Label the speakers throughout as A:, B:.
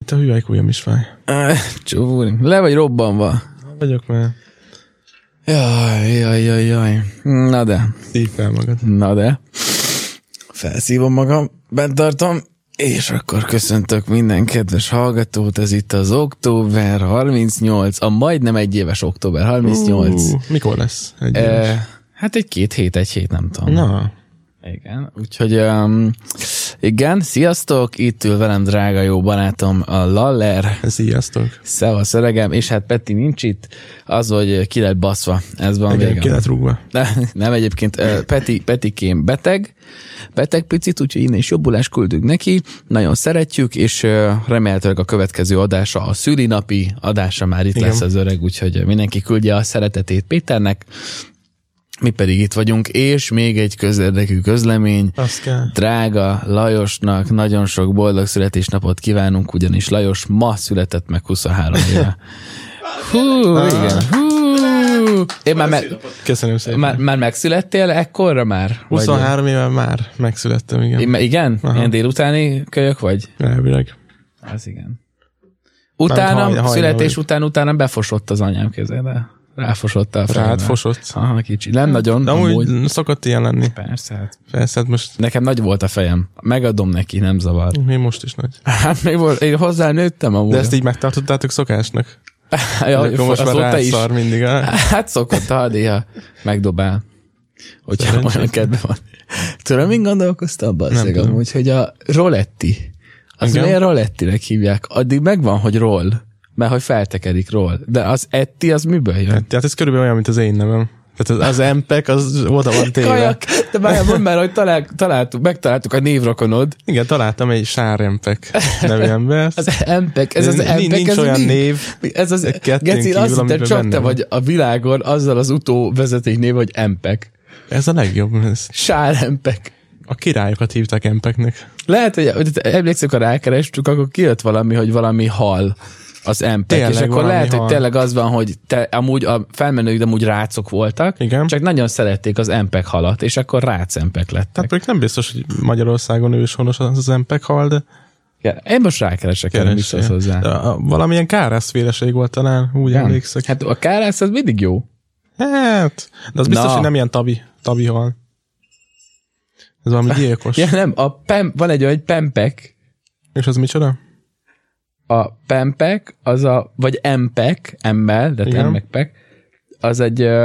A: itt a hüvelykújam is fáj.
B: Csúri, le vagy robbanva.
A: Vagyok már.
B: Jaj, jaj, jaj, jaj. Na de,
A: Szív fel magad.
B: na de. Felszívom magam, bent tartom, és akkor köszöntök minden kedves hallgatót, ez itt az október 38, a majdnem egy éves október 38.
A: Ú, mikor lesz? Egy éves?
B: E, hát egy két hét, egy hét, nem tudom.
A: Na,
B: Igen, úgyhogy um, igen, sziasztok, itt ül velem drága jó barátom a Laller.
A: sziasztok.
B: Szevasz öregem, és hát Peti nincs itt, az, hogy ki lett baszva, ez van
A: Igen, ki
B: vége.
A: lett rúgva.
B: Ne, nem egyébként, ö, Peti, Petikém beteg, beteg picit, úgyhogy innen is jobbulást küldünk neki, nagyon szeretjük, és ö, remélhetőleg a következő adása, a szülinapi adása már itt Igen. lesz az öreg, úgyhogy mindenki küldje a szeretetét Péternek, mi pedig itt vagyunk, és még egy közérdekű közlemény,
A: Azt kell.
B: Drága Lajosnak nagyon sok boldog születésnapot kívánunk, ugyanis Lajos ma született meg 23 éve. Hú,
A: Ah.
B: igen. Hú. Én már, me-
A: Köszönöm szépen.
B: már, már megszülettél ekkorra már? Vagy-
A: 23 éve már megszülettem, igen.
B: Én,
A: Én...
B: me- igen? Ilyen délutáni kölyök vagy?
A: Elvileg.
B: Az igen. Utána,
A: haj- hajnal
B: születés
A: vagy.
B: után, utána befosott az anyám kezébe. Ráfosott a fejembe.
A: Rád fosott.
B: Aha, kicsi. Nem nagyon,
A: De
B: amúgy.
A: amúgy szokott ilyen lenni.
B: Persze, hát.
A: Persze, hát most,
B: Nekem nagy volt a fejem. Megadom neki, nem zavar.
A: még most is nagy.
B: Hát még volt, én hozzá nőttem amúgy.
A: De ezt így megtartottátok szokásnak?
B: ja,
A: Akkor most már
B: azóta
A: rád
B: is.
A: szar mindig. á?
B: Hát szokott, ha néha megdobál. Hogyha
A: Szerencsés.
B: olyan kedve van. Tudom, mint gondolkoztam bazzeg
A: tudom.
B: amúgy, hogy a Roletti, az
A: Igen.
B: miért Rolettinek hívják? Addig megvan, hogy roll, mert hogy feltekerik roll. De az etti, az miből jön?
A: Tehát Hát ez körülbelül olyan, mint az én nevem. Tehát az, az empek, az oda van téve.
B: Kajak, de már mondd már, hogy talál, találtuk, megtaláltuk a névrokonod.
A: Igen, találtam egy sárempek E nevű embert.
B: Az empek, ez az
A: Nincs-
B: empek.
A: nincs
B: ez
A: olyan
B: mi?
A: név,
B: Ez az,
A: kettőn
B: Geci,
A: kívül,
B: azt hittem,
A: amiben
B: csak
A: benne
B: te
A: van.
B: vagy a világon azzal az utó vezeték név, hogy empek.
A: Ez a legjobb. Ez.
B: Sárempek.
A: A királyokat hívták empeknek.
B: Lehet, hogy hogy emlékszek, ha rákerestük, akkor kijött valami, hogy valami hal az empek,
A: Tényleg
B: és akkor
A: valami
B: lehet, hogy
A: hal.
B: tényleg az van, hogy te, amúgy a felmenők, de amúgy rácok voltak,
A: Igen.
B: csak nagyon szerették az empek halat, és akkor rácempek lettek.
A: Tehát pedig nem biztos, hogy Magyarországon őshonos az az empek hal, de
B: Ja, Én most rákeresek, erre
A: keres.
B: biztos hozzá.
A: De a- a- Valamilyen kárászféleség volt talán, úgy
B: Igen.
A: emlékszek. Hát,
B: Hát a kárász az mindig jó.
A: de az biztos,
B: Na.
A: hogy nem ilyen tabi, tabi hal. Ez valami gyilkos.
B: Ja nem, a pem, van egy olyan, hogy pempek,
A: És az micsoda?
B: a pempek, az a, vagy empek, emmel, de
A: Igen.
B: tempek, az egy, ö,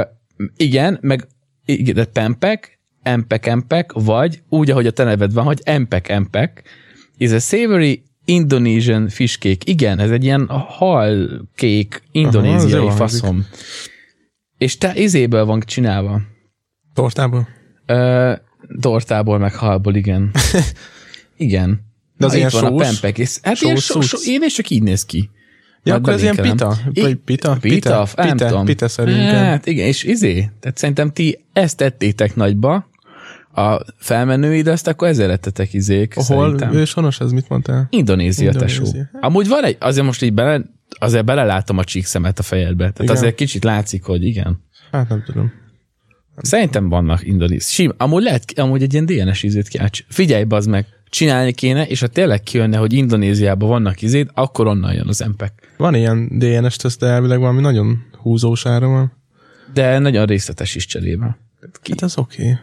B: igen, meg igen, de pempek, empek, empek, vagy úgy, ahogy a te neved van, hogy empek, empek, is a savory Indonesian fish cake. Igen, ez egy ilyen halkék,
A: Aha, az
B: indonéziai
A: jól
B: faszom. És te izéből van csinálva.
A: Tortából?
B: Ö, tortából, meg halból, igen. igen.
A: De az
B: Na,
A: ilyen
B: itt van
A: sós?
B: a pempek. és- Hát ilyen
A: Sós
B: so, so,
A: cucc?
B: én és csak így néz ki.
A: Ja,
B: Nagy
A: akkor ez ilyen
B: belinkelem.
A: pita.
B: I-
A: Vagy pita?
B: Pita,
A: Pita,
B: nem
A: pita,
B: tudom.
A: pita szerint,
B: Hát igen, és izé, tehát szerintem ti ezt tettétek nagyba, a felmenőid, azt akkor ezért lettetek izék,
A: Hol
B: szerintem.
A: őshonos, ez mit mondtál?
B: Indonézia, tesó.
A: Indonézia.
B: Amúgy van egy, azért most így bele, azért belelátom a csíkszemet a fejedbe. Tehát
A: Igen.
B: azért kicsit látszik, hogy igen.
A: Hát nem tudom.
B: Szerintem vannak indonéz. Sim, amúgy lehet, amúgy egy ilyen DNS ízét kell. csi- Figyelj, bazd meg, csinálni kéne, és ha tényleg kijönne, hogy Indonéziában vannak izét, akkor onnan jön az E empek.
A: Van ilyen DNS teszt, de elvileg valami nagyon húzós ára van.
B: De nagyon részletes is cserébe.
A: Hát az oké. Okay.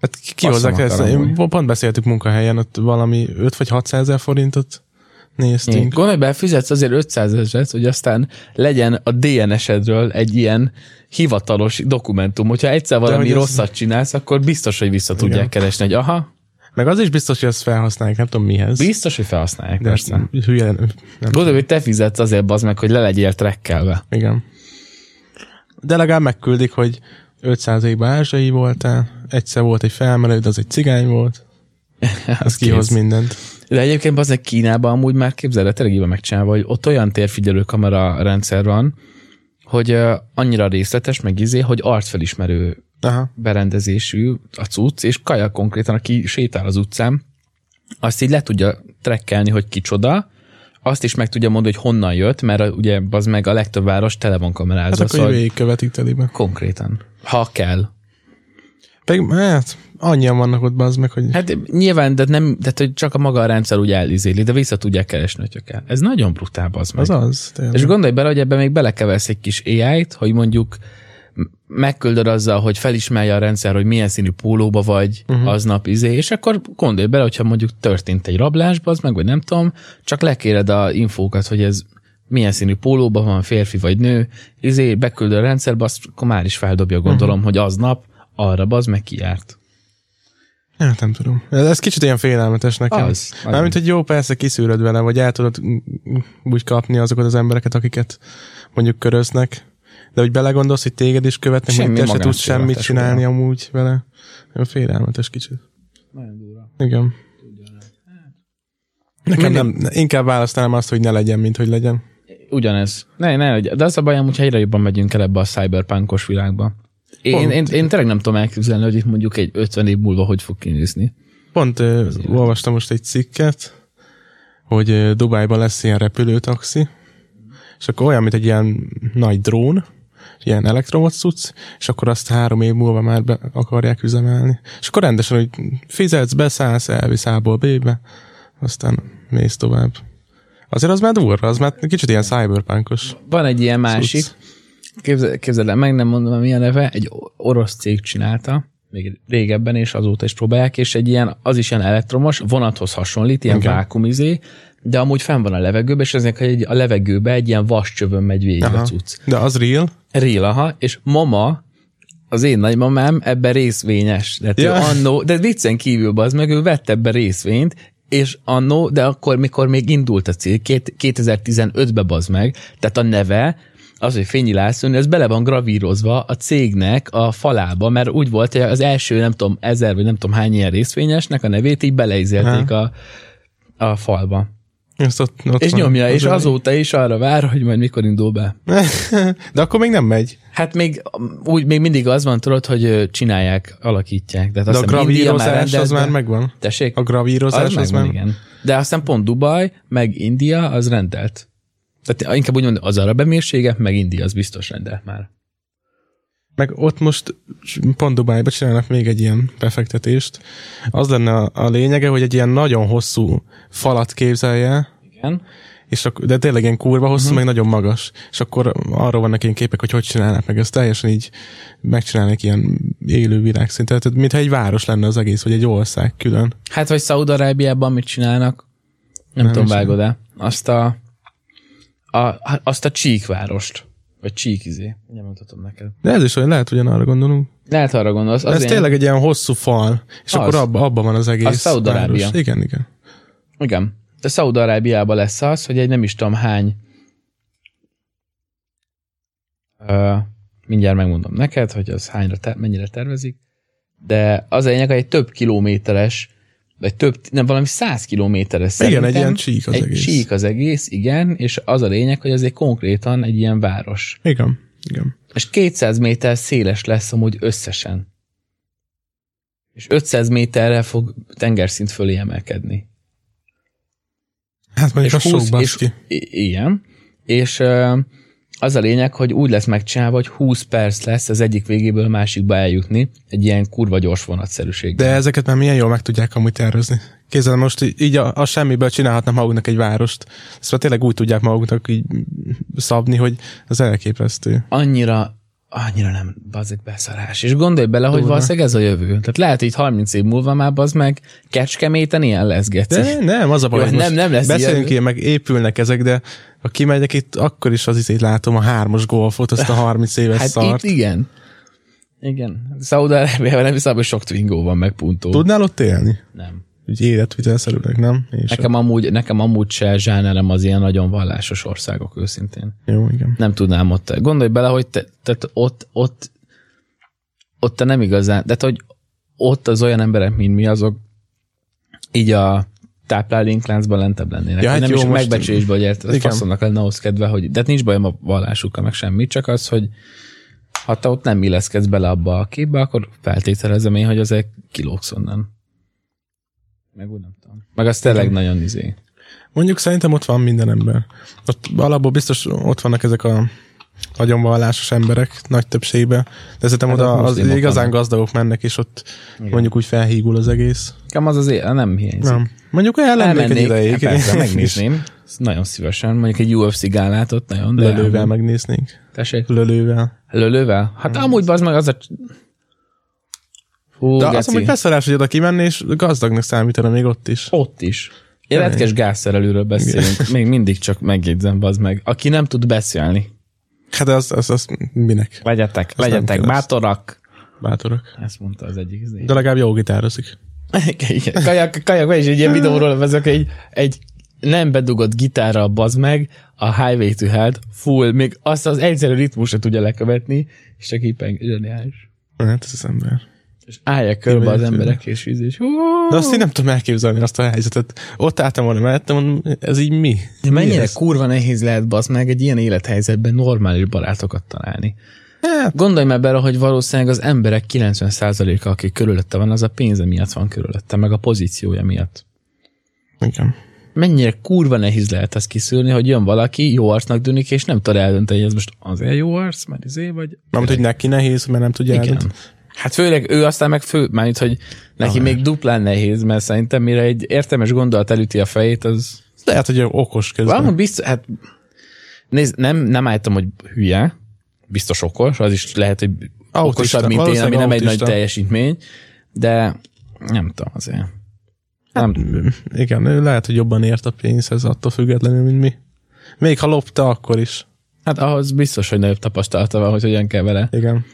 A: Hát ki- kihozzák
B: Faszom
A: ezt.
B: akarom,
A: Én pont beszéltük munkahelyen, ott valami 5 vagy 600 ezer forintot
B: Én
A: néztünk.
B: gondolj be, fizetsz azért 500 ezeret, hogy aztán legyen a DNS-edről egy ilyen hivatalos dokumentum. Hogyha egyszer valami
A: hogy ez-
B: rosszat csinálsz, akkor biztos, hogy vissza tudják
A: Igen.
B: keresni, hogy aha,
A: Meg az is biztos, hogy ezt felhasználják, nem tudom mihez.
B: biztos, hogy felhasználják.
A: De
B: persze.
A: ezt hülye, nem, nem
B: Gondolj, hogy te fizetsz azért az meg, hogy le legyél trekkelve.
A: igen. De legalább megküldik, hogy 500 évben ázsiai voltál, egyszer volt egy felmenő, de az egy cigány volt. Ez kihoz mindent.
B: De egyébként az Kínában amúgy már képzeld, el, tényleg így van megcsinálva, hogy ott olyan térfigyelő kamera rendszer van, hogy ö, annyira részletes, meg izé, hogy arcfelismerő
A: Aha.
B: berendezésű a cucc, és kaja konkrétan, aki sétál az utcán, azt így le tudja trekkelni, hogy kicsoda, azt is meg tudja mondani, hogy honnan jött, mert a- ugye az meg a legtöbb város tele van kamerázva,
A: Hát
B: hát
A: akkor
B: szóval
A: végig követik telibe.
B: konkrétan, ha kell.
A: Pedig, hát, annyian vannak ott bazd meg, hogy...
B: Hát nyilván, de nem, de hát, hogy csak a maga a rendszer úgy elizéli, de vissza tudják keresni, hogyha kell. Ez nagyon brutál, az meg.
A: Az az, tényleg.
B: És gondolj bele, hogy ebbe még belekeversz egy kis AI-t, hogy mondjuk m- megküldöd azzal, hogy felismerje a rendszer, hogy milyen színű pólóba vagy uh-huh. aznap, izé, és akkor gondolj bele, hogyha mondjuk történt egy rablás, az meg, vagy nem tudom, csak lekéred a infókat, hogy ez milyen színű pólóba van, férfi vagy nő, izé, beküldöd a rendszerbe, azt akkor már is feldobja, gondolom, uh-huh. hogy aznap arra az meg kiárt.
A: Hát nem tudom. Ez, ez kicsit ilyen félelmetes nekem.
B: Az, az.
A: Mármint, hogy jó, persze kiszűröd vele, vagy el tudod mm, úgy kapni azokat az embereket, akiket mondjuk köröznek, de hogy belegondolsz, hogy téged is követnek,
B: Semmi
A: hogy te se tudsz
B: magánszivatás
A: semmit
B: ugye.
A: csinálni amúgy vele. Olyan Félelmetes kicsit.
B: Nagyon durva.
A: Igen. Nekem
B: Mindig-
A: nem, ne- inkább választanám azt, hogy ne legyen, mint hogy legyen.
B: Ugyanez. Ne, ne, de az a bajom, hogyha egyre jobban megyünk el ebbe a cyberpunkos világba. Én,
A: Pont.
B: én, én tényleg nem tudom elképzelni, hogy itt mondjuk egy 50 év múlva hogy fog kinézni.
A: Pont ö, olvastam most egy cikket, hogy ö, Dubájban lesz ilyen repülőtaxi, és akkor olyan, mint egy ilyen nagy drón, ilyen elektromos cucc, és akkor azt három év múlva már be akarják üzemelni. És akkor rendesen, hogy fizetsz, beszállsz, elvisz A-ból B-be, aztán mész tovább. Azért az már durva, az már kicsit ilyen cyberpunkos.
B: Van egy ilyen másik,
A: Cucc.
B: képzel, képzeld el, meg nem mondom, milyen neve, egy o- orosz cég csinálta, még régebben, és azóta is próbálják, és egy ilyen, az is ilyen elektromos, vonathoz hasonlít, ilyen
A: Igen.
B: vákumizé, de amúgy fenn van a levegőben, és ezek egy, a levegőbe egy ilyen vascsövön megy végig a
A: Aha.
B: cucc.
A: De az real,
B: Real, aha, és mama, az én nagymamám ebben részvényes. Tehát ja. ő
A: Ja.
B: annó, de viccen kívül az meg, ő vett ebbe részvényt, és annó, de akkor, mikor még indult a cég, két- 2015-be bazd meg, tehát a neve, az, hogy Fényi László, ez bele van gravírozva a cégnek a falába, mert úgy volt, hogy az első, nem tudom, ezer, vagy nem tudom hány ilyen részvényesnek a nevét így beleizélték a, a falba.
A: ezt ott, ott
B: És
A: van.
B: nyomja,
A: Az
B: és
A: a-
B: azóta is arra vár, hogy majd mikor indul be.
A: De akkor még nem megy.
B: Hát még, úgy, még mindig az van, tudod, hogy ö, csinálják, alakítják. De, hát
A: De a gravírozás az már megvan.
B: Tessék?
A: A gravírozás az,
B: az, megvan,
A: már...
B: igen. De aztán pont Dubaj, meg India, az rendelt. Tehát inkább úgy mondom, az arab emírsége, meg India, az biztos rendelt már.
A: Meg ott most pont Dubájba csinálnak még egy ilyen befektetést. Az lenne a, a lényege, hogy egy ilyen nagyon hosszú falat képzelje,
B: Igen.
A: és ak- de tényleg ilyen kurva hosszú,
B: Mhm.
A: uh-huh. meg nagyon magas. És akkor arról vannak ilyen képek, hogy hogy csinálnak meg. Ezt teljesen így megcsinálnak ilyen élő világszintet. Tehát, mintha egy város lenne az egész, vagy egy ország külön.
B: Hát, vagy Szaúd-Arábiában mit csinálnak, nem, nem
A: Nem
B: tudom,
A: hiszem.
B: vágod -e. Azt a, a, azt a csíkvárost. Vagy csíkizé. Nem mutatom neked.
A: De ez is olyan, lehet ugyanarra gondolunk.
B: Lehet arra gondolsz. Az
A: Ez
B: ilyen-
A: tényleg egy ilyen hosszú fal, és az.
B: Az.
A: akkor abban abba van az egész
B: Szaúd-Arábia.
A: város. Igen, igen.
B: Igen. De Szaúd-Arábiában lesz az, hogy egy nem is tudom hány ö, mindjárt megmondom neked, hogy az hányra ter- mennyire tervezik, de az a lényeg, hogy egy több kilométeres, vagy több, nem valami száz kilométeres
A: Igen, egy
B: szerintem.
A: ilyen csík az
B: egy
A: egész.
B: csík az egész, igen, és az a lényeg, hogy ez egy konkrétan egy ilyen város.
A: Igen, igen.
B: És 200 méter széles lesz amúgy összesen. És 500 méterre fog tengerszint fölé emelkedni.
A: Hát mondjuk a sok
B: és,
A: baszki.
B: i- Igen. És ö, az a lényeg, hogy úgy lesz megcsinálva, hogy 20 perc lesz az egyik végéből a másikba eljutni, egy ilyen kurva gyors vonatszerűség.
A: De ezeket már milyen jól meg tudják amúgy tervezni. Kézzel most í- így a, a semmiből csinálhatnak maguknak egy várost. Ezt már tényleg úgy tudják maguknak így szabni, hogy az elképesztő.
B: Annyira annyira nem bazik beszarás. És gondolj bele, hogy
A: Durva.
B: valószínűleg ez a jövő. Tehát lehet, hogy 30 év múlva már az meg kecskeméten ilyen lesz, geci.
A: De nem, az a baj,
B: Jó,
A: hogy
B: nem-
A: most
B: nem lesz
A: beszélünk
B: ilyen.
A: ilyen, meg épülnek ezek, de ha kimegyek itt, akkor is az izét látom, a hármas golfot, azt a 30 éves
B: hát
A: hát szart.
B: itt igen. Igen. Szaúd-Arábiában nem hiszem, hogy sok twingó van meg puntó.
A: Tudnál ott élni?
B: nem.
A: Úgy életvitelszerűleg, nem? És
B: Nekem amúgy, nekem amúgy se zsánerem az ilyen nagyon vallásos országok őszintén.
A: Jó, igen.
B: Nem tudnám ott. Gondolj bele, hogy te, tehát ott, ott, ott te nem igazán, tehát hogy ott az olyan emberek, mint mi azok, így a táplálénkláncban lentebb lennének.
A: Ja, hát
B: nem
A: jó,
B: is a
A: most-
B: megbecsésbe, hogy érted,
A: Igen.
B: faszomnak lenne ahhoz kedve, hogy, de hát nincs bajom a vallásukkal, meg semmi, csak az, hogy ha te ott nem illeszkedsz bele abba a képbe, akkor feltételezem én, hogy azért kilóksz onnan. Meg úgy nem tudom. Meg az tényleg nagyon izé.
A: Mondjuk szerintem ott van minden ember. Ott alapból biztos ott vannak ezek a nagyon vallásos emberek nagy többségben, de szerintem
B: Hát
A: oda
B: ott
A: az
B: muszlimok
A: igazán
B: vannak.
A: gazdagok mennek, és ott
C: Igen.
A: mondjuk úgy felhígul az egész.
B: Nekem az az é- nem hiányzik.
A: Nem. Mondjuk elmennék egy
B: Hát
A: ideig.
C: persze, megnézni.
B: megnézném. Ezt Nagyon szívesen. Mondjuk egy UFC gálát ott nagyon. de-
A: Lölővel megnéznénk.
B: Tessék.
A: Lölővel.
B: Lölővel? Hát amúgy az meg az a... Hú,
A: De
B: geci.
A: azt mondom, hogy hát beszarás, hogy oda kimenni, és gazdagnak számítana még ott is.
B: Ott is. Életkes gázszerelőről beszélünk. Még mindig csak megjegyzem, bazd meg. Aki nem tud beszélni.
A: Hát az, az, az minek?
B: Legyetek,
A: nem
B: legyetek
A: kell ezt.
B: bátorak.
A: Bátorok.
B: Ezt mondta az egyik.
A: De legalább jó gitározik.
B: Igen. Kajak, kajak, vagy is egy ilyen videóról vezek, egy, egy nem bedugott gitárral bazd meg, a Highway to Hell, full, még azt az egyszerű ritmus se tudja lekövetni, és csak éppen zseniális.
A: Hát ez az ember.
B: És állják körbe az
A: Kimegy
B: emberek, és víz, és hú,
A: De azt én nem tudom elképzelni azt a helyzetet. Ott álltam volna mellettem, mondom, ez így mi?
B: De mennyire
A: Mi
B: ez?
A: ez?
B: kurva nehéz lehet bazd meg egy ilyen élethelyzetben normális barátokat találni.
A: Hát.
B: Gondolj már bele, hogy valószínűleg az emberek 90%-a, aki körülötte van, az a pénze miatt van körülötte, meg a pozíciója miatt.
A: Igen.
B: Mennyire kurva nehéz lehet ezt kiszűrni, hogy jön valaki, jó arcnak tűnik, és nem tud eldönteni, hogy ez most azért jó arc, mert izé vagy...
A: Nem hogy neki nehéz, mert nem tudja
B: Igen.
A: eldönteni.
B: Hát főleg ő aztán meg fő, mármint, hogy neki még duplán nehéz, mert szerintem mire egy értelmes gondolat elüti a fejét, az
A: Lehet, hogy okos közben.
B: Valami biztos, hát nézd, nem, nem álltam, hogy hülye, biztos okos, az is lehet, hogy
A: Autista,
B: okosabb, mint én,
A: valószínűleg
B: ami nem egy nagy
A: autista.
B: teljesítmény, de nem tudom azért. Nem,
A: Igen, ő lehet, hogy jobban ért a pénzhez attól függetlenül, mint mi. Még ha lopta, akkor is.
B: hát ahhoz biztos, hogy nagyobb tapasztalata van, hogy hogyan kell vele
A: Igen.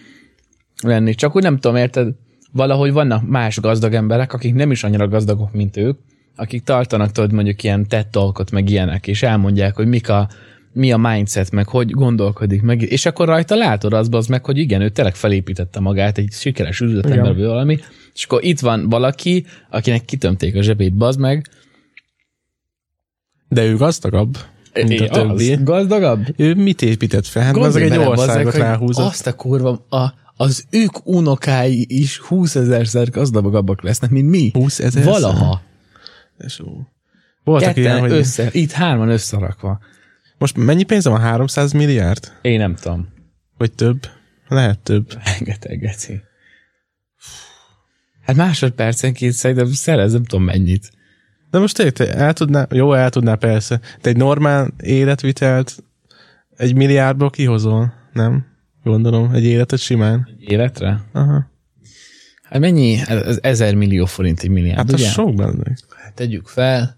B: lenni. Csak úgy nem tudom, érted, valahogy vannak más gazdag emberek, akik nem is annyira gazdagok, mint ők, akik tartanak tudod mondjuk ilyen tettolkot, meg ilyenek, és elmondják, hogy mik a, mi a mindset, meg hogy gondolkodik, meg, és akkor rajta látod az, az meg, hogy igen, ő tényleg felépítette magát, egy sikeres üzletember vagy valami, és akkor itt van valaki, akinek kitömték a zsebét, bazd meg,
A: De ő gazdagabb, mint
B: É,
A: a többi.
B: az gazdagabb?
A: Ő mit épített fel? Hát az
B: Gondolj
A: egy
B: bele,
A: országot
B: bazzeg, hogy
A: ráhúzott.
B: Azt a kurva, a, az ők unokái is 20 ezerszer gazdagabbak lesznek, mint mi.
A: 20.000-szer?
B: Valaha.
A: És ó. Voltak ilyen,
B: Ketten
A: hogy
B: össze, itt hárman összerakva.
A: most mennyi pénze van? 300 milliárd?
B: Én nem tudom.
A: Vagy több? Lehet több.
B: Rengeteg geci. Hát másodpercenként szerintem szerez, nem tudom mennyit.
A: De most tényleg, te el tudná, jó, el tudná persze, de egy normál életvitelt egy milliárdból kihozol, nem? Gondolom, egy életet simán.
B: Életre?
A: Aha.
B: Hát mennyi? Ez ezer millió forint egy milliárd,
A: Hát
B: ugye?
A: az sok benne.
B: Hát tegyük fel,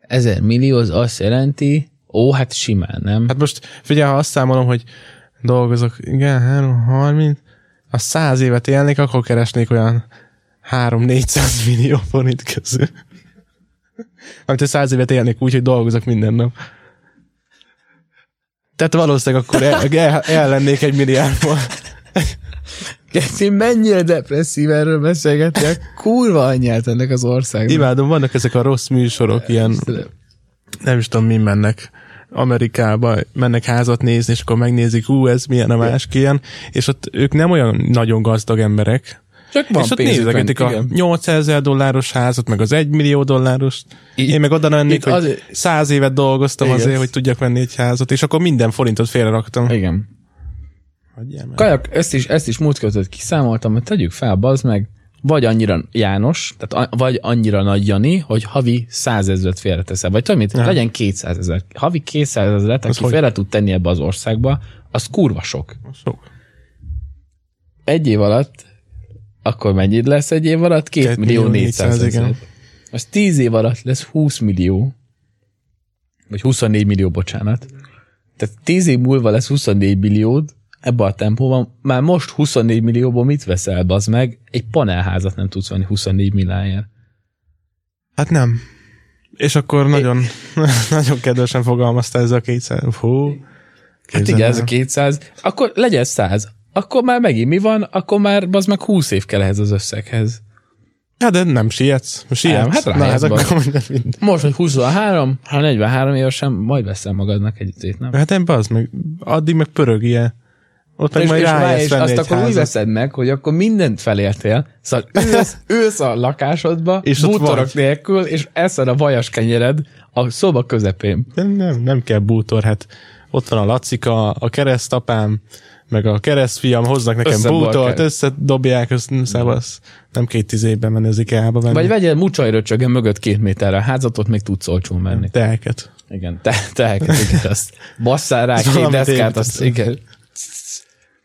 B: ezer millió az azt jelenti, ó, hát simán, nem?
A: Hát most figyelj, ha azt számolom, hogy dolgozok, igen, 3, 30, a 100 évet élnék, akkor keresnék olyan 3-400 millió forint közül. Amit a 100 évet élnék úgy, hogy dolgozok minden nap. Tehát valószínűleg akkor el, el, el lennék egy milliárdból.
B: Geci, mennyire depresszív erről beszélgetni, a kurva anyját ennek az országnak.
A: Imádom, vannak ezek a rossz műsorok, ilyen nem is tudom, mi mennek Amerikába, mennek házat nézni, és akkor megnézik, ú, ez milyen a másik ilyen, és ott ők nem olyan nagyon gazdag emberek,
B: Csak
A: Van és ott nézegetik a 8000 dolláros házat, meg az 1 millió dolláros. Én meg oda lennék,
B: itt
A: hogy
B: az-
A: 100 évet dolgoztam
B: Igen.
A: azért, hogy tudjak venni egy házat, és akkor minden forintot félreraktam.
B: Igen.
A: Hagyjál már.
B: Kajak, ezt is, ezt is múlt között kiszámoltam, hogy tegyük fel, bazd meg, vagy annyira János, tehát a, vagy annyira nagy Jani, hogy havi 100 ezeret félreteszel. Vagy tudod mit? Legyen 200 ezer. Havi 200 ezeret, aki
A: hogy?
B: félre tud tenni ebbe az országba, az kurva sok.
A: Sok.
B: Egy év alatt, akkor mennyit lesz egy év alatt? 2
A: Két
B: millió
A: millió
B: 400
A: négyszáz,
B: ezer.
A: igen.
B: Az 10 év alatt lesz 20 millió, vagy 24 millió, bocsánat. Tehát 10 év múlva lesz 24 milliód, ebbe a tempóban, már most 24 millióból mit veszel, az meg? Egy panelházat nem tudsz venni 24 milliáért.
A: Hát nem. És akkor nagyon, nagyon kedvesen fogalmazta ez a 200. Hú.
B: Hát
A: Képzeld
B: igen,
A: el.
B: ez a 200. Akkor legyen 100. Akkor már megint mi van? Akkor már az meg 20 év kell ehhez az összeghez.
A: Hát de nem sietsz. Sietsz.
B: Nem, hát
A: Na,
B: rájössz,
A: ez
B: baj.
A: akkor minden- minden.
B: Most, hogy 23, ha 43 évesen, majd veszel magadnak egy izét, nem?
A: Hát nem, bazd meg. Addig meg pörög ilyen. Ott meg
B: és,
A: majd
B: és, várj,
A: rájössz
B: és
A: venni
B: azt
A: egy
B: akkor úgy
A: házat.
B: veszed meg, hogy akkor mindent felértél, szóval ülsz, ülsz a lakásodba, és
A: És ott
B: bútorok
A: vagy.
B: nélkül, és eszed a vajas kenyered a szoba közepén.
A: Nem, nem, nem kell bútor, hát ott van a Lacika, a keresztapám, meg a keresztfiam, hoznak nekem
B: Összebarkál.
A: bútort, összedobják, össz, szevasz. Nem két tíz évben menni az IKEA-ba venni.
B: Vagy vegyél mucsajröcsögen mögött két méterre a házat, ott még tudsz olcsón menni.
A: telket.
B: Igen, te, teheket, igen, azt basszál rá két
A: valami
B: deszkát,
A: téved.
B: azt igen.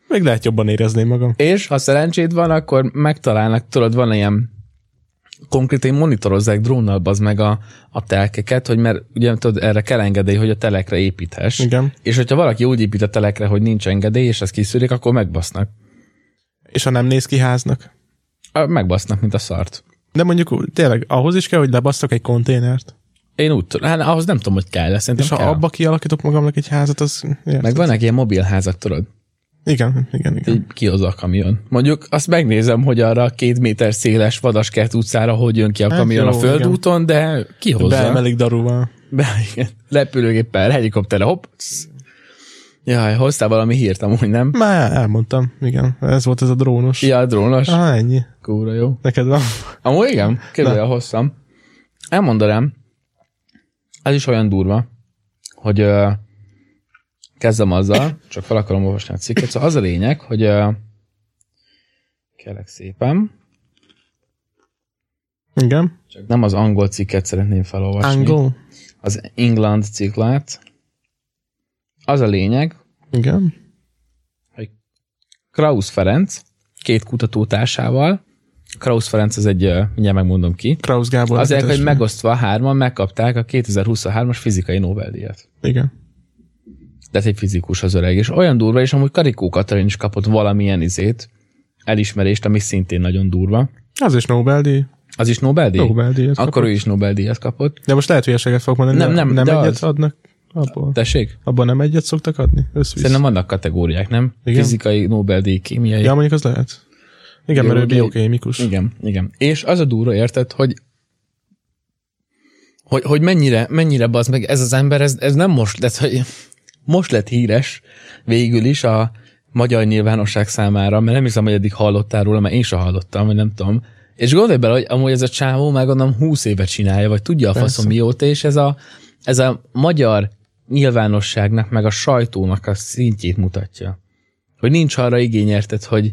A: Még lehet jobban érezném magam.
B: És ha szerencséd van, akkor megtalálnak, tudod, van ilyen konkrétan monitorozzák drónnal az meg a, a telkeket, hogy mert ugye tudod, erre kell engedély, hogy a telekre építhess.
A: Igen.
B: És hogyha valaki úgy épít a telekre, hogy nincs engedély, és ezt kiszűrik, akkor megbasznak.
A: És ha nem néz ki háznak.
B: Ö, Megbasznak, mint a szart.
A: De mondjuk úgy, tényleg ahhoz is kell, hogy lebasszak egy konténert.
B: Én úgy tudom, hát ahhoz nem tudom, hogy kell, de szerintem
A: És ha
B: kell.
A: abba kialakítok magamnak egy házat, az... Érted?
B: Meg vannak ilyen mobilházak, tudod?
A: Igen, igen, igen.
B: így kihoz a kamion. Mondjuk azt megnézem, hogy arra a két méter széles Vadaskert utcára hogy jön ki a
A: Hát
B: kamion
A: jó,
B: a földúton, de kihozza. Be,
A: Beemelik darúval.
B: igen. Repülőgéppel, helikopterre, hopp. Sz. Jaj, hoztál valami hírt amúgy, nem?
A: Már elmondtam, igen. Ez volt ez a drónos.
B: Ja, a drónos.
A: Ah, ennyi.
B: Kúra jó.
A: Neked van.
B: Amúgy igen, képzelj a hosszam. Elmondanám, ez is olyan durva, hogy ö, kezdem azzal, csak fel akarom olvasni a cikket, szóval az a lényeg, hogy ö, kérlek szépen,
A: Igen.
B: Csak nem az angol cikket szeretném felolvasni.
A: Angol.
B: Az England ciklát. Az a lényeg,
A: Igen.
B: Krausz Ferenc két kutatótársával, Krausz Ferenc ez egy, ö, mindjárt megmondom ki,
A: Krausz Gábor.
B: azért, hogy
A: ezres.
B: megosztva hárman megkapták a 2023-as fizikai Nobel-díjat.
A: Igen.
B: Tehát egy fizikus az öreg, és olyan durva, és amúgy Karikó Katalin is kapott valamilyen izét, elismerést, ami szintén nagyon durva.
A: Az is Nobel-díj.
B: Az is Nobel-díj?
A: Nobel-díjat
B: Akkor
A: kapott.
B: ő is Nobel-díjat kapott.
A: De most lehet hülyeséget fogok mondani.
B: Nem,
A: de
B: nem,
A: Nem
B: de
A: egyet
B: az.
A: adnak abból.
B: Tessék?
A: Abban nem egyet szoktak adni? Összvisz.
B: Szerintem vannak kategóriák, nem?
A: Igen.
B: Fizikai, Nobel-díj, kémiai.
A: Ja, mondjuk az lehet. Igen, mert ő
B: Biológiai-
A: biokémikus.
B: Igen, igen. És az a durva, érted, hogy hogy, hogy mennyire, mennyire bazd meg ez az ember, ez, ez nem most, de hogy most lett híres végül is a magyar nyilvánosság számára, mert nem hiszem, hogy eddig hallottál róla, mert én sem hallottam, vagy nem tudom. És gondolj bele, hogy amúgy ez a csávó már gondolom 20 éve csinálja, vagy tudja a faszom mióta, és ez a, ez a magyar nyilvánosságnak, meg a sajtónak a szintjét mutatja. Hogy nincs arra igényertet, hogy,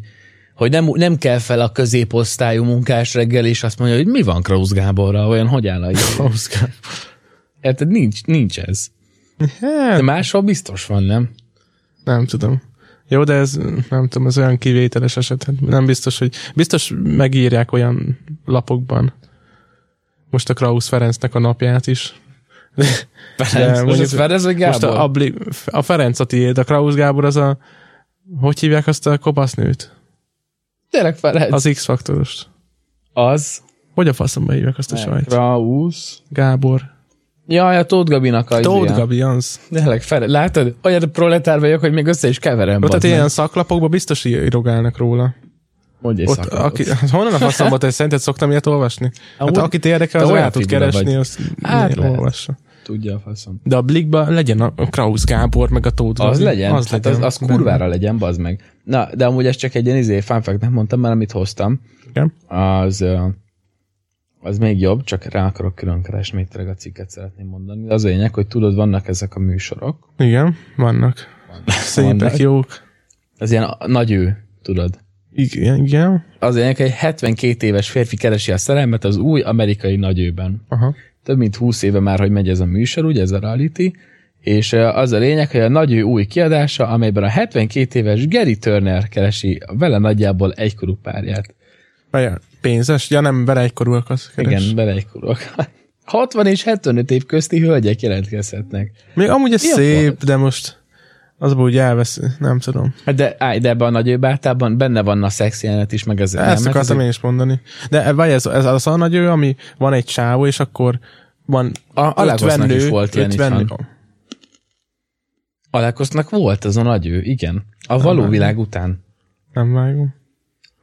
B: hogy nem, nem kell fel a középosztályú munkás reggel, és azt mondja, hogy mi van Krausz Gáborral, olyan hogy áll a jó?
A: Krausz Gábor.
B: Érted? Nincs, nincs ez.
A: Hát,
B: De máshol biztos van, nem?
A: Nem tudom. Jó, de ez nem tudom, ez olyan kivételes eset. Hát Nem biztos, hogy biztos megírják olyan lapokban. Most a Krausz Ferencnek a napját is.
B: Ferenc, most
A: mondjuk-
B: ez Ferenc vagy Gábor?
A: Most a, a, a Ferenc a tiéd, a Krausz Gábor az a hogy hívják azt a kopasznőt?
B: Tényleg Ferenc. Az.
A: Az X-faktorost.
B: az.
A: Hogy a faszomba hívják azt a sajt?
B: Krausz.
A: Gábor.
B: Jaj, a Tóth Gabinak a
A: Tóth
B: izéje.
A: Gabi, Jansz.
B: Tényleg Ferenc. Látod? Olyan proletár vagyok, hogy még össze is keverem.
A: Ott, tehát
B: bazd meg.
A: hát ilyen szaklapokban biztos írogálnak róla.
B: Mondj egy
A: Ott,
B: szakadot.
A: aki, hát honnan a faszomba, te szerinted szoktam ilyet olvasni? Hát
B: Amúgy-
A: akit érdekel,
B: te
A: az
B: olyan
A: rá tud
B: figura
A: keresni,
B: vagy.
A: azt
B: Hát
A: né-
B: lehet.
A: olvassa.
B: Tudja a faszom.
A: De a Blikba legyen a Krausz Gábor, meg a Tóth
B: Az
A: Gabi.
B: legyen?
A: Az legyen.
B: Hát az, az kurvára legyen, bazd meg. Na, de amúgy ez csak egy ilyen izé, fun fact, nem mondtam, mert amit hoztam,
A: Igen.
B: az, ö, az még jobb, csak rá akarok külön keresni, még tényleg a cikket szeretném mondani. De az a lényeg, hogy tudod, vannak ezek a műsorok,
A: Igen, vannak. Szépek,
B: Vannak.
A: jók.
B: az ilyen a- nagy ő, tudod.
A: Igen, igen.
B: Az a lényeg, hogy egy 72 éves férfi keresi a szerelmet az új amerikai nagyőben.
A: Aha.
B: Több mint 20 éve már, hogy megy ez a műsor, ugye ez a reality, és ö, az a lényeg, hogy a nagyő új kiadása, amelyben a 72 éves Gary Turner keresi a vele nagyjából egykorú párját.
A: Vajon pénzes? Ja nem, vele egykorúak az keres.
B: Igen, vele egykorúak. 60 és 75 év közti hölgyek jelentkezhetnek.
A: Még amúgy ez
B: Ilyen
A: szép, de most az úgy elvesz, nem tudom.
B: Hát De, állj, de ebben a nagy bátában benne van a szex jelenet is, meg ez. nem,
A: Ezt
B: hát
A: akartam
B: ez
A: én is mondani. De vagy ez, ez az a nagy ő, ami van egy csávó, és akkor van
B: A- a
A: 50
B: Lagosnak is
A: nő,
B: volt ilyen,
A: 50
B: itt
A: nő.
B: van. Alákosznak volt ez a nagy ő, igen. A való világ után.
A: Nem vágom.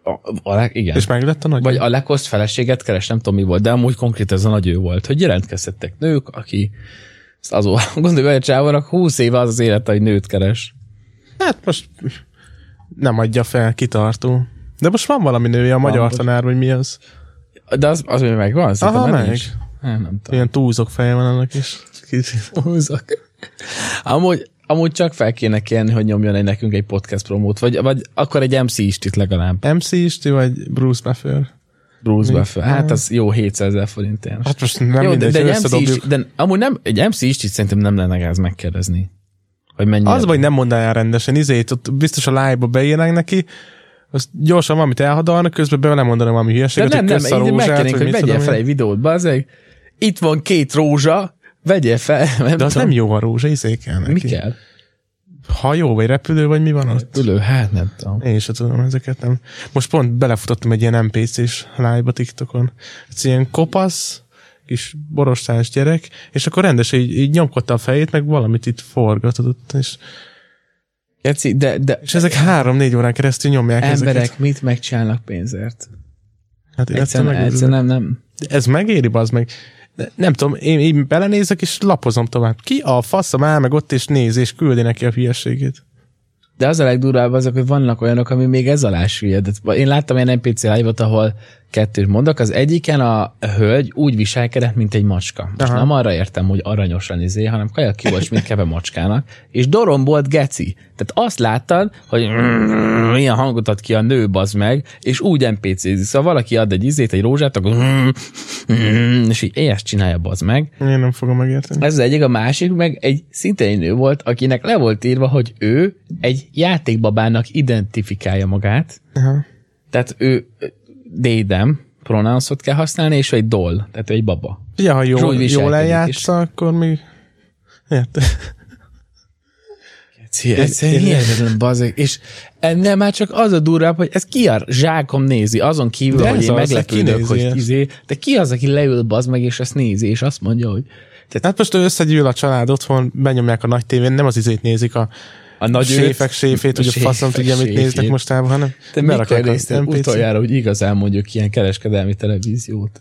B: A, alá, igen.
A: És meg lett a nagy?
B: Vagy a lekoszt feleséget keres, nem tudom mi volt, de amúgy konkrét ez a nagy ő volt, hogy jelentkezhettek nők, aki ezt azon gondolj, hogy a csávónak 20 éve az az élet, hogy nőt keres.
A: Hát most nem adja fel, kitartó. De most van valami nője a magyar
B: most.
A: tanár, vagy mi az.
B: De az, az még megvan? Szerintem
A: Aha,
B: már
A: meg.
B: nincs. Hát, nem tudom.
A: Ilyen túlzok feje van annak is. Kicsit.
B: Húzok. Amúgy Amúgy csak fel kéne kérni, hogy nyomjon egy nekünk egy podcast promót, vagy, vagy akkor egy MC is itt legalább.
A: MC Isti vagy Bruce Buffer?
B: Bruce
A: Mi?
B: Buffer. Hát az jó 700 ezer forintért.
A: Hát most nem
B: jó,
A: jó, mindegy,
B: de,
A: de,
B: de, egy MC is,
A: összedobjuk.
B: de amúgy nem, egy MC is szerintem nem lenne gáz megkérdezni. Hogy mennyi
A: Az vagy nem mondaná el rendesen, izét, ott biztos a live-ba beírnánk neki, azt gyorsan valamit elhadalnak, közben be nem mondanak valami
B: de
A: hülyeséget,
B: nem, nem,
A: kösz a
B: így
A: rózsát,
B: megkérnénk,
A: vagy
B: hogy
A: mit
B: vegyél
A: tudom
B: fel
A: én.
B: egy videót, bazeg. Itt van két rózsa, vegyél fel. Nem
A: De az
B: tudom,
A: nem jó a rózsa, izé kell neki.
B: Mi kell?
A: Hajó, vagy repülő, vagy mi van ott?
B: Ülő, hát nem tudom.
A: Én sem tudom ezeket, nem. Most pont belefutottam egy ilyen NPC-s live-ba TikTokon. Ez ilyen kopasz, kis borostás gyerek, és akkor rendesen így, így nyomkodta a fejét, meg valamit itt forgatott, és,
B: Geci, de, de
A: és ezek három-négy órán keresztül nyomják ezeket.
B: emberek mit megcsinálnak pénzért?
A: Hát én egyszer,
B: Egyszerűen,
A: meg,
B: egyszerűen nem, nem.
A: ez megéri, az meg. De Nem tudom, én így belenézek, és lapozom tovább. Ki a faszom áll meg ott, és néz, és küldi neki a hülyeségét.
B: De az a legdurvább azok, hogy vannak olyanok, ami még ez alá süllyed. Tehát Én láttam ilyen NPC live ahol kettőt mondok. Az egyiken a hölgy úgy viselkedett, mint egy macska. Most
A: Aha.
B: nem arra értem, hogy aranyosan izé, hanem kajak ki volt, mint keve macskának. És dorombolt geci. Tehát azt láttad, hogy milyen hangot ad ki a nő, bazd meg, és úgy NPC-zik. Szóval valaki ad egy izét, egy rózsát, akkor és így ezt csinálja, bazd meg.
A: Én nem fogom megérteni.
B: Ez az egyik, a másik meg egy szintén egy nő volt, akinek le volt írva, hogy ő egy játékbabának identifikálja magát,
A: Aha.
B: tehát ő they, them pronounce-ot kell használni, és ő egy doll, tehát ő egy baba.
A: Ugye, ha
B: És úgy
A: jól, jól
B: viselkedik is.
A: eljátsza, akkor még... Érted?
B: Ez
A: ez-
B: hihetetlen bazeg. És ennél már csak az a durvább, hogy ez ki a zsákom nézi, azon kívül,
A: De
B: hogy
A: ez
B: én
A: az, hogy
B: meglepődök,
A: kinézi
B: hogy
A: ezt.
B: izé, de ki az, aki leül bazd meg, és ezt nézi, és azt mondja, hogy
A: Tehát hát most ő összegyűl a család otthon, benyomják a nagy tévén, nem az izét nézik a
B: a nagy
A: séfek séfét, hogy a faszom tudja, mit néznek mostában, hanem
B: Te mikor
A: berakják a
B: néztél
A: NPC-t.
B: utoljára, hogy igazán mondjuk ilyen kereskedelmi televíziót?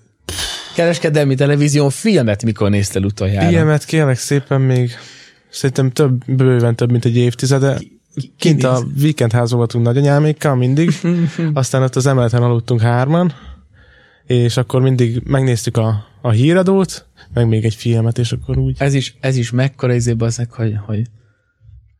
B: Kereskedelmi televízión filmet mikor néztél utoljára?
A: Ilyemet kérlek szépen még, szerintem több, bőven több, mint egy évtizede. Kint a víkendházban voltunk nagyanyámékkal mindig, aztán ott az emeleten aludtunk hárman, és akkor mindig megnéztük a, a híradót, meg még egy filmet, és akkor úgy.
B: Ez is, ez is mekkora izé bazzek, hogy, hogy,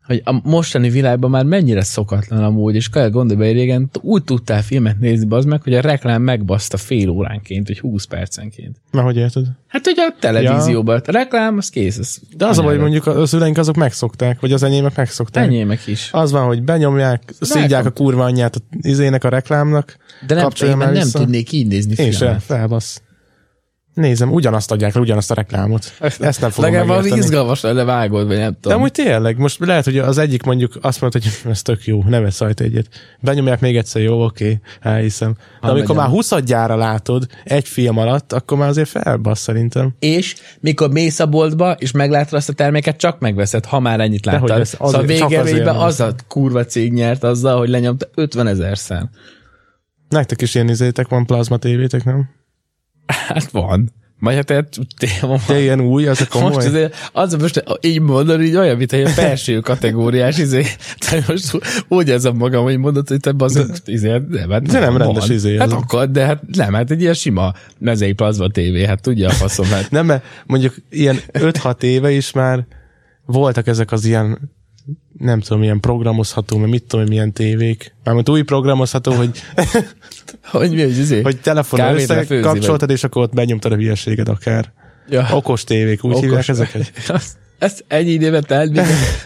B: hogy a mostani világban már mennyire szokatlan amúgy, és kell gondolj be, régen t- úgy tudtál filmet nézni bazd meg, hogy a reklám megbaszta fél óránként, vagy 20 percenként.
A: Na, hogy érted?
B: Hát ugye a televízióban, a reklám, az kész. Az
A: De az a baj, hogy mondjuk a szüleink azok megszokták, vagy az enyémek megszokták.
B: Enyémek is.
A: Az van, hogy benyomják, szívják a kurva anyját a izének, a reklámnak.
B: De nem,
A: kapcsolja
B: én már
A: már
B: nem
A: vissza.
B: tudnék így nézni
A: Én
B: filmet.
A: sem, felbasz. Nézem, ugyanazt adják le, ugyanazt a reklámot. Ezt nem fogom
B: Legalább valami
A: megérteni.
B: izgalmas lenne vágod, vagy nem
A: De
B: tudom.
A: amúgy tényleg, most lehet, hogy az egyik mondjuk azt mondta, hogy ez tök jó, ne vesz rajta egyet. Benyomják még egyszer, jó, oké, elhiszem. De amikor
B: megyem.
A: már huszadjára látod egy film alatt, akkor már azért felbasz szerintem.
B: és mikor mész a boltba, és meglátod azt a terméket, csak megveszed, ha már ennyit
A: Dehogy
B: láttad.
A: lesz,
B: Szóval
A: azért-
B: szóval
A: csak azért
B: végeredményben
A: nem
B: az a kurva cég nyert azzal, hogy lenyomta 50 ezer szem.
A: Nektek is ilyen izétek van, plazma tévétek, nem?
B: Hát van. Vagy hát tehát téma van.
A: De ilyen új, az a komoly.
B: Most azért, az most így mondod, így olyan, mint egy ilyen felső kategóriás, izé, te most úgy érzem magam, hogy mondod, hogy te az izé, nem, hát
A: De nem rendes
B: van.
A: izé
B: Hát
A: az.
B: akkor, de hát nem, hát egy ilyen sima mezei plazma tévé, hát tudja a faszom, hát
A: Nem, mert mondjuk ilyen 5-6 éve is már voltak ezek az ilyen nem tudom, ilyen programozható, mert mit tudom, én, milyen tévék. Mármint új programozható, hogy,
B: hogy mi, hogy izé?
A: hogy telefonon
B: Kávéra főzi,
A: összekapcsoltad, és akkor ott benyomtad a hülyeséget akár.
B: Ja.
A: Okos tévék, úgy
B: Okos.
A: hívják ezeket.
B: Azt, ezt egy időben telt, még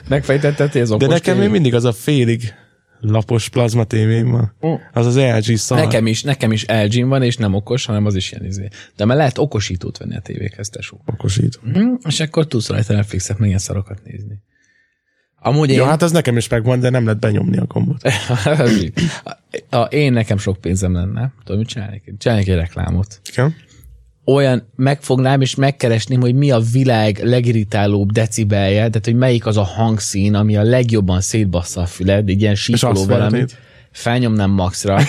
B: megfejtetted, hogy ez okos
A: De nekem
B: tévé.
A: még mindig az a félig lapos plazma tévém van.
B: Ó.
A: Az az LG szar.
B: Nekem is, nekem is lg van, és nem okos, hanem az is ilyen izé. De már lehet okosítót venni a tévékhez, tesó.
A: okosító.
B: Hm, és akkor tudsz rajta Netflixet, meg ilyen szarokat nézni. Amúgy én,
A: Ja, hát az nekem is megvan, de nem lehet benyomni a gombot.
B: a, én nekem sok pénzem lenne. Tudom, mit csinálnék? Csinálnék egy reklámot.
A: Igen?
B: olyan megfognám és megkeresném, hogy mi a világ legirritálóbb decibelje, tehát hogy melyik az a hangszín, ami a legjobban szétbassza a füled, egy ilyen sípoló
A: azt
B: valami.
A: feltét.
B: Felnyomnám maxra,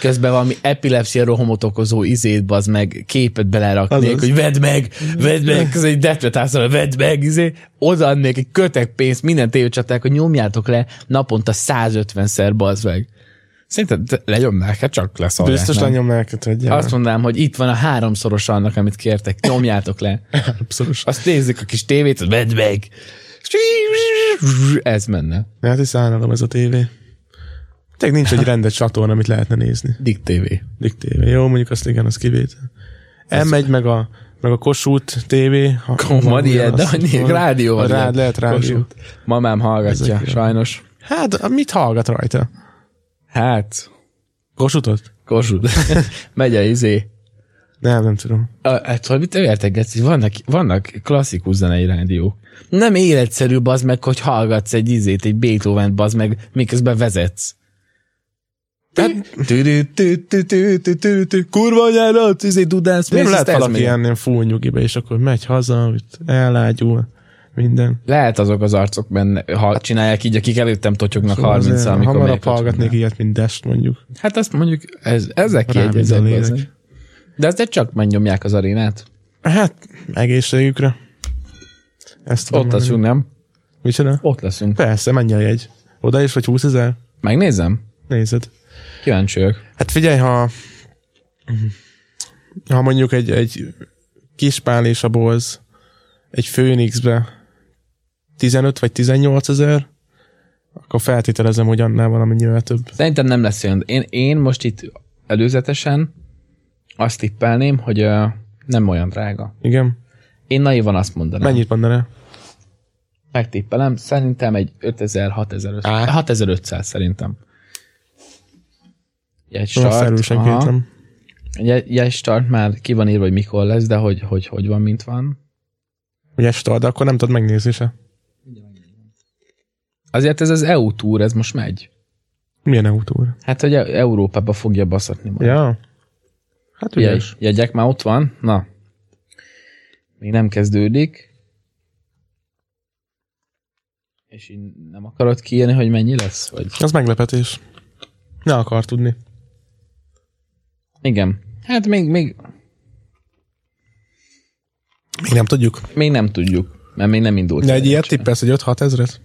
B: közben valami epilepsia rohamot okozó izét, bazd meg, képet beleraknék,
A: Azaz.
B: hogy vedd meg, vedd meg, ez egy detvetászal, vedd meg, izé, odaadnék egy kötek pénzt minden tévécsaták, hogy nyomjátok le naponta 150-szer, bazd meg. Szerinted lenyomnák, hát csak lesz
A: Biztos lenyomnák, hát, hogy
B: azt mondanám, hogy itt van a háromszoros annak, amit kértek, nyomjátok le.
A: Abszolút.
B: Azt nézzük a kis tévét, vedd meg. Ez menne.
A: Hát ez állandom ez a tévé. Tényleg nincs egy rendes csatorna, amit lehetne nézni.
B: Dick TV.
A: Dik tévé. Jó, mondjuk azt igen, az kivétel. Elmegy meg a, meg a Kossuth tévé. Ha,
B: Van ilyen, de
A: azt
B: annyi
A: van.
B: rádió van.
A: Rád
B: ilyen.
A: lehet rádió.
B: Kossuth. Mamám hallgatja,
A: Ezek jó.
B: sajnos.
A: Hát, mit hallgat rajta?
B: Hát,
A: Kossuthot?
B: Kossuth. Megy a izé.
A: Nem, nem tudom.
B: A- Hát, hogy mit értegetsz, hogy vannak, vannak klasszikus zenei rádiók. Nem életszerű az meg, hogy hallgatsz egy izét, egy Beethoven bazd meg, miközben vezetsz.
A: Tehát-
B: Tü- tü- tü- tü- tü- tü- tü- Kurva nyárat, izé dudász,
A: Nem
B: mész,
A: lehet
B: ezt ez
A: valaki
B: még.
A: ilyen ilyen full nyugibe, és akkor megy haza, itt elágyul, minden.
B: Lehet azok az arcok benne, ha csinálják így, akik előttem totyognak
A: Szóval
B: 30
A: azért
B: amikor
A: Hamarabb
B: megyek a
A: hallgatnék ilyet, mint Dest mondjuk.
B: csatornán. Hát azt mondjuk, ez, ezek
A: Rám ez a
B: kiegyezek.
A: lélek.
B: bazd meg. De azért csak megnyomják az arénát.
A: Hát, egészségükre. Ezt tudom
B: Ott
A: mondani.
B: leszünk, nem?
A: Micsoda?
B: Ott leszünk.
A: Persze, menj a jegy. Oda is, vagy 20 ezer?
B: Megnézem.
A: Nézed.
B: Kíváncsi vagyok.
A: Hát figyelj, ha ha mondjuk egy, egy kispál és a bolz egy Főnixbe 15 vagy 18 ezer, akkor feltételezem, hogy annál van amennyivel több.
B: Szerintem nem lesz olyan. Én, én most itt előzetesen azt tippelném, hogy ö, nem olyan drága.
A: Igen?
B: Én naivan azt mondanám.
A: Mennyit mondaná?
B: Megtippelem, szerintem egy
A: Á.
B: 5000 6500 6500 szerintem. Egy
A: Azt
B: start,
A: erősen
B: aha.
A: kétlem.
B: egy, egy start már ki van írva, hogy mikor lesz, de hogy hogy, hogy van, mint van.
A: Ugye este, de akkor nem tudod megnézni se.
B: Azért ez az EU túr, ez most megy.
A: Milyen autóra?
B: Hát, hogy E- Európába fogja baszatni majd.
A: Ja. Hát
B: Ugye,
A: ügyes.
B: jegyek már ott van? Na. Még nem kezdődik. És így nem akarod kiírni, hogy mennyi lesz? Vagy...
A: Az meglepetés. Ne akar tudni.
B: Igen. Hát még, még,
A: Még nem tudjuk.
B: még nem tudjuk, mert még nem indult.
A: De
B: el
A: egy ilyet
B: sem.
A: tippelsz, hogy 5-6 ezeret?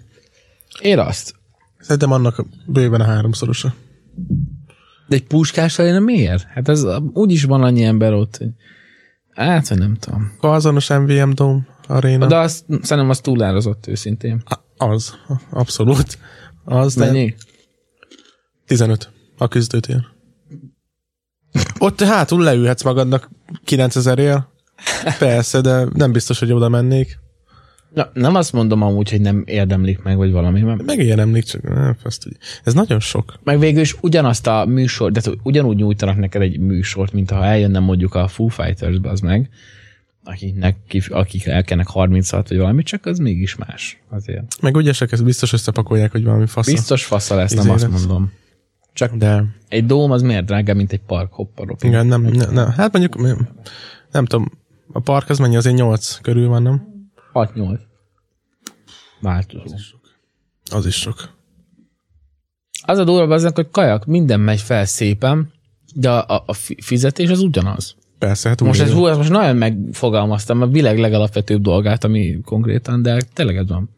B: Én azt.
A: Szerintem annak bőven a háromszorosa.
B: De egy puskás lenne miért? Hát ez a- úgyis van annyi ember ott. Hogy... Hát, vagy nem tudom.
A: Kalzanos MVM Dome Arena.
B: De azt, szerintem az túlárazott őszintén.
A: Az, abszolút. Az, de
B: Mennyi?
A: 15 a küzdőtér. Ott hátul leülhetsz magadnak 9000 ér. Persze, de nem biztos, hogy oda mennék.
B: Na, nem azt mondom amúgy, hogy nem érdemlik meg, vagy valami, mert
A: Meg ilyen emlék, csak nem, azt, hogy ez nagyon sok.
B: Meg végül is ugyanazt a műsort, de tud- ugyanúgy nyújtanak neked egy műsort, mint ha eljönne mondjuk a Foo fighters az meg, akiknek, kif- akik elkenek 36 vagy valami, csak az mégis más azért.
A: Meg ügyesek, ezt biztos összepakolják, hogy valami fasz.
B: Biztos fasza lesz, nem
A: Izé
B: azt
A: lesz.
B: mondom.
A: Csak de...
B: Egy dóm az miért drágább, mint egy park hopparop?
A: Igen, nem, nem, nem. Hát mondjuk, nem, nem tudom, a park az mennyi, azért 8 körül van, nem?
B: 6-8. Változó.
A: Az is sok.
B: Az a durva az, hogy kajak, minden megy fel szépen, de a, a- a fi- fizetés az ugyanaz.
A: Persze, hát
B: Most
A: úgy
B: ez
A: érzem.
B: hú, ezt most nagyon megfogalmaztam a világ legalapvetőbb dolgát, ami konkrétan, de tényleg ez van.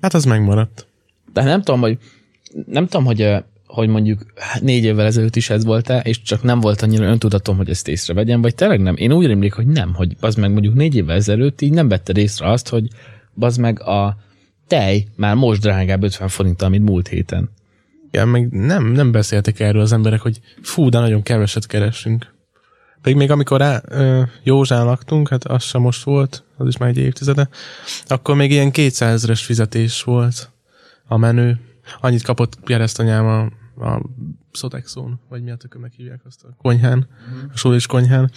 A: Hát az megmaradt.
B: De hát nem tudom, hogy nem tudom, hogy, ö, hogy mondjuk hát négy évvel ezelőtt is ez volt-e, és csak nem volt annyira öntudatom, hogy ezt észrevegyem, vagy tényleg nem. Én úgy rémlik, hogy nem, hogy az meg mondjuk négy évvel ezelőtt így nem vetted észre azt, hogy az meg a tej már most drágább 50 forinttal, mint múlt héten.
A: Igen, meg nem, nem beszéltek erről az emberek, hogy fú, de nagyon keveset keresünk. Pedig még amikor rá, ö, Józsán laktunk, hát az sem most volt, az is már egy évtizede, akkor még ilyen 200 ezeres fizetés volt a menő. Annyit kapott keresztanyám a, a Sodexon, vagy mi a tökömnek hívják azt a konyhán, a sulis konyhán.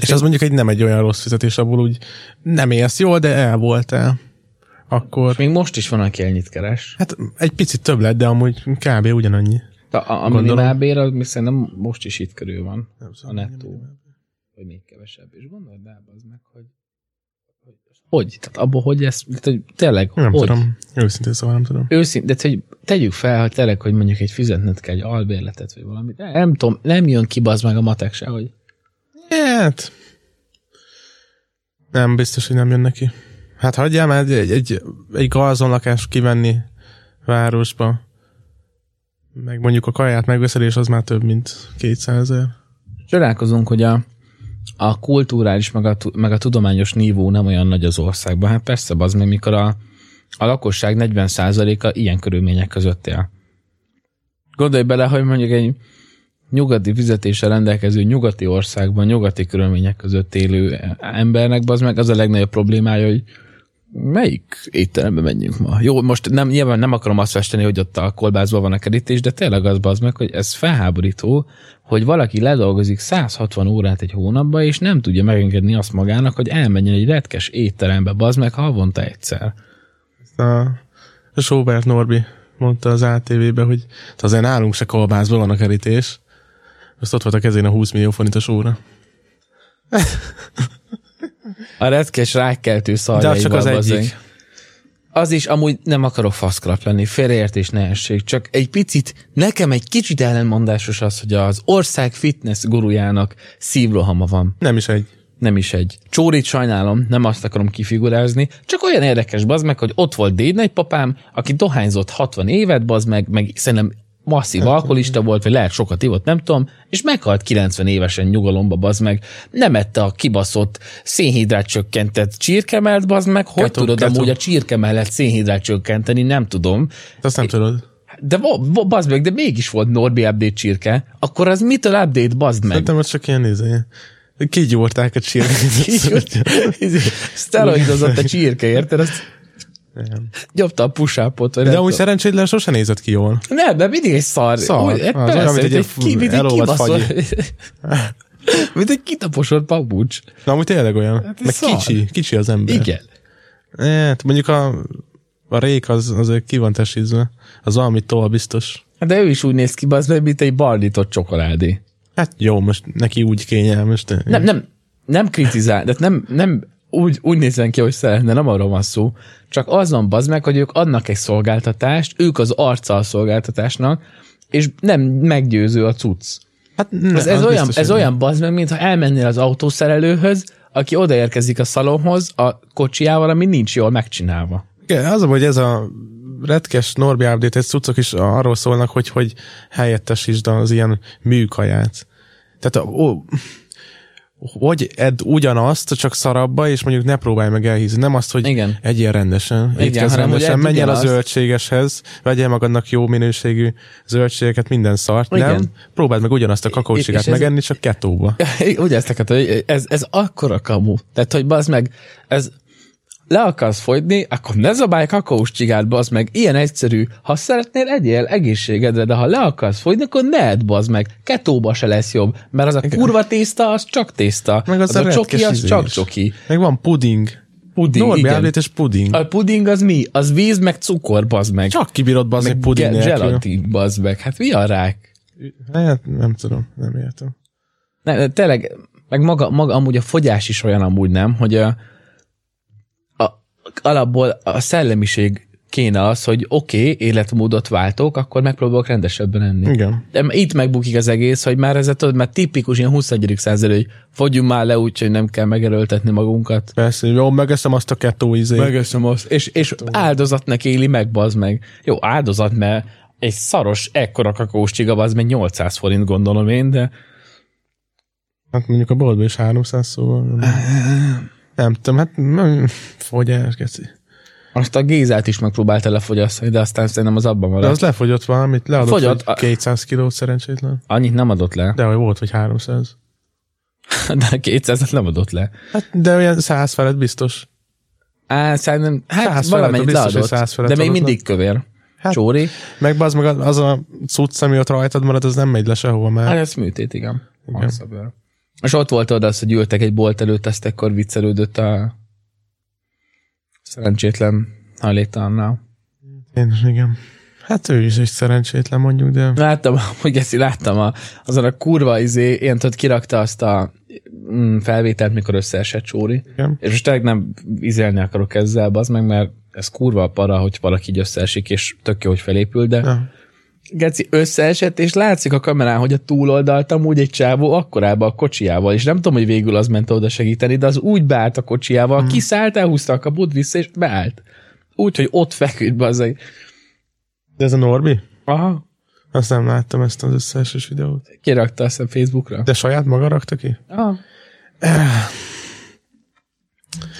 A: És az mondjuk egy nem egy olyan rossz fizetés, abból úgy nem élsz jól, de el voltál. Akkor,
B: Még most is van, aki ennyit keres.
A: hát egy picit több lett, de amúgy kb. ugyanannyi.
B: A, a, a
A: Gondolom.
B: minimálbér, az még szerintem most is itt körül van.
A: Nem
B: A
A: tudom,
B: nettó. Vagy még kevesebb. És gondold el, az meg, hogy hogy? Tehát abból, hogy ez, tehát, hogy tényleg,
A: Nem
B: hogy?
A: tudom. Őszintén szóval nem tudom.
B: őszintén, de hogy tegyük fel, hogy tényleg, hogy mondjuk egy fizetned kell egy albérletet, vagy valamit. Nem, nem tudom, nem jön ki bazd meg a matek se, hogy
A: Hát... Nem, biztos, hogy nem jön neki. Hát hagyjál már egy, egy, egy, egy galzonlakást kivenni városba. Meg mondjuk a kaját megveszelés az már több, mint 200 ezer.
B: csodálkozunk, hogy a, a kulturális, meg a, tu- meg a tudományos nívó nem olyan nagy az országban. Hát persze, az meg mikor a A lakosság 40%-a ilyen körülmények között él. Gondolj bele, hogy mondjuk egy nyugati fizetéssel rendelkező nyugati országban, nyugati körülmények között élő embernek az meg az a legnagyobb problémája, hogy melyik étterembe menjünk ma? Jó, most nem, nyilván nem akarom azt festeni, hogy ott a kolbászban van a kerítés, de tényleg az az meg, hogy ez felháborító, hogy valaki ledolgozik 160 órát egy hónapba, és nem tudja megengedni azt magának, hogy elmenjen egy retkes étterembe, bazd meg havonta egyszer.
A: A Sobert Norbi mondta az ATV-be, hogy "Hát azért nálunk se kolbászban van a kerítés. Azt ott volt a kezén a 20 millió forintos óra.
B: A retkes rákkeltő szarjaival.
A: De az csak az
B: bazzeg.
A: egyik.
B: Az is amúgy nem akarok faszkrap lenni, félreértés ne essék, csak egy picit, nekem egy kicsit ellenmondásos az, hogy az ország fitness gurujának szívrohama van.
A: Nem is egy.
B: Nem is egy. Csórit sajnálom, nem azt akarom kifigurázni, csak olyan érdekes bazd meg, hogy ott volt déd nagypapám, aki dohányzott 60 évet, bazd meg, meg szerintem masszív alkoholista volt, vagy lehet sokat ivott, nem tudom, és meghalt 90 évesen nyugalomba, bazd meg. Nem ette a kibaszott szénhidrát csökkentett csirkemelt, bazd meg. Hogy
A: Keto,
B: tudod
A: keto.
B: amúgy a csirke mellett szénhidrát csökkenteni, nem tudom.
A: Azt nem tudod.
B: De vo- vo- bazd meg, de mégis volt Norbi update csirke, akkor az mitől update, bazd meg?
A: Szerintem az csak ilyen néző. Kigyúrták a csirkét.
B: Steroidozott a csirke, érted? Azt
A: Igen.
B: gyopta a pusápot, vagy
A: De
B: nem
A: úgy
B: tudom.
A: szerencsétlen sose nézett ki jól.
B: Nem, de mindig egy szar.
A: Szar.
B: Úgy, hát
A: Az
B: persze,
A: olyan, mint
B: mint
A: egy
B: egy, ki, mint egy
A: elolvadt
B: kibaszott. mint egy kitaposott papucs.
A: Na, amúgy tényleg olyan. Hát Meg
B: szar.
A: kicsi, kicsi az ember.
B: Igen.
A: Hát, mondjuk a, a rék az, az ki van tesízve. Az valami tol biztos.
B: De ő is úgy néz ki, az meg, mint egy barnított csokoládé.
A: Hát jó, most neki úgy kényelmes. De...
B: Nem, nem, nem kritizál, de nem, nem úgy, úgy nézzen ki, hogy szeretne, nem arról van szó. Csak azon bazd meg, hogy ők adnak egy szolgáltatást, ők az arccal szolgáltatásnak, és nem meggyőző a cucc.
A: Hát, ne,
B: Ez, ez, olyan, ez olyan bazd meg, mintha elmennél az autószerelőhöz, aki odaérkezik a szalonhoz a kocsiával, ami nincs jól megcsinálva.
A: Igen, az a, baj, hogy ez a retkes Norbi update cuccok is arról szólnak, hogy, hogy helyettesítsd az ilyen műkaját. Tehát a, ó, hogy edd ugyanazt, csak szarabba, és mondjuk ne próbálj meg elhízni. Nem azt, hogy
B: Igen.
A: egyél rendesen, étkezz
B: hanem, hogy
A: rendesen,
B: edd
A: menj el a
B: ugyanazt.
A: zöldségeshez, vegyél magadnak jó minőségű zöldségeket, minden szart,
B: Igen.
A: nem? Próbáld meg ugyanazt a kakaócsikát
B: és ez- Hát
A: megenni, csak ketóba.
B: Úgy ezt akartam, hogy ez, ez akkora kamu. Tehát, hogy bazd meg, ez le akarsz fogyni, akkor ne zabálj kakaós csigát, bazd meg. Ilyen egyszerű. Ha szeretnél, egyél egészségedre, de ha le akarsz fogyni, akkor ne edd, bazd meg. Ketóba se lesz jobb, mert az a kurva tészta, az csak tészta.
A: Meg az,
B: az a csoki,
A: retkes
B: az
A: izé
B: csak
A: is.
B: csoki.
A: Meg van puding.
B: Puding,
A: Norbi
B: igen.
A: update és puding.
B: A puding az mi? Az víz, meg cukor, bazd meg.
A: Csak kibírod bazni
B: meg
A: puding
B: ge-
A: nélkül.
B: gelatin, bazd meg. Hát mi a rák?
A: Hát nem tudom, nem értem.
B: Nem, de tényleg, meg maga, maga amúgy a fogyás is olyan amúgy nem, hogy a, a, alapból a szellemiség kéne az, hogy oké, okay, életmódot váltok, akkor megpróbálok rendesebben enni.
A: Igen.
B: De itt megbukik az egész, hogy már ez a tudod, már tipikus ilyen 21. század, hogy fogyjunk már le úgy, hogy nem kell megerőltetni magunkat.
A: Persze, jó, megeszem azt a kettó izét. Meg...
B: Megöszöm azt. És, és áldozatnak éli meg, bazd meg. Jó, áldozat, mert egy szaros, ekkora kakaós csiga, bazd meg 800 forint gondolom én, de
A: Hát mondjuk a boltban is 300 szóval. nem- Nem tudom, hát nem, fogyás, geci.
B: Azt a Gézát is megpróbálta lefogyasztani, de aztán szerintem az abban
A: De
B: maradt.
A: az lefogyott valamit, leadott
B: Fogyott,
A: fogyott,
B: a-
A: 200 kilót szerencsétlen.
B: Annyit nem adott le,
A: De hogy volt, hogy 300.
B: de 200 nem adott le.
A: Hát, de olyan 100 felett biztos.
B: Á, szerintem, hát
A: 100
B: valamennyit
A: felett, biztos,
B: leadott,
A: hogy 100 felett
B: de még
A: adott le.
B: mindig kövér. Hát.
A: Hát.
B: Csóri.
A: Meg az, meg az a cucc, ami ott rajtad marad, az nem megy le sehova
B: Hát
A: már.
B: ez műtét, igen. igen. És ott volt oda az, hogy ültek egy bolt előtt, ezt ekkor viccelődött a szerencsétlen hajléktalannal.
A: Én, igen. Hát ő is egy szerencsétlen mondjuk, de
B: Láttam, hogy ezt láttam, a, azon a kurva izé, ilyen tudod, kirakta azt a mm, felvételt, mikor összeesett Csóri.
A: igen.
B: És most tényleg nem izelni akarok ezzel, az meg, mert ez kurva a para, hogy valaki így összeesik, és tök jó, hogy felépül, de
A: Ja.
B: Geci összeesett, és látszik a kamerán, hogy a túloldalt amúgy egy csávó akkorába a kocsiával, és nem tudom, hogy végül az ment oda segíteni, de az úgy beállt a kocsiával, hmm. kiszállt, elhúzta a kaput vissza, és beállt. Úgy, hogy ott feküdt be az egy...
A: De ez a Norbi?
B: Aha.
A: Azt nem láttam ezt az összeeses videót.
B: Kirakta azt a Facebookra.
A: De saját maga rakta ki?
B: Aha.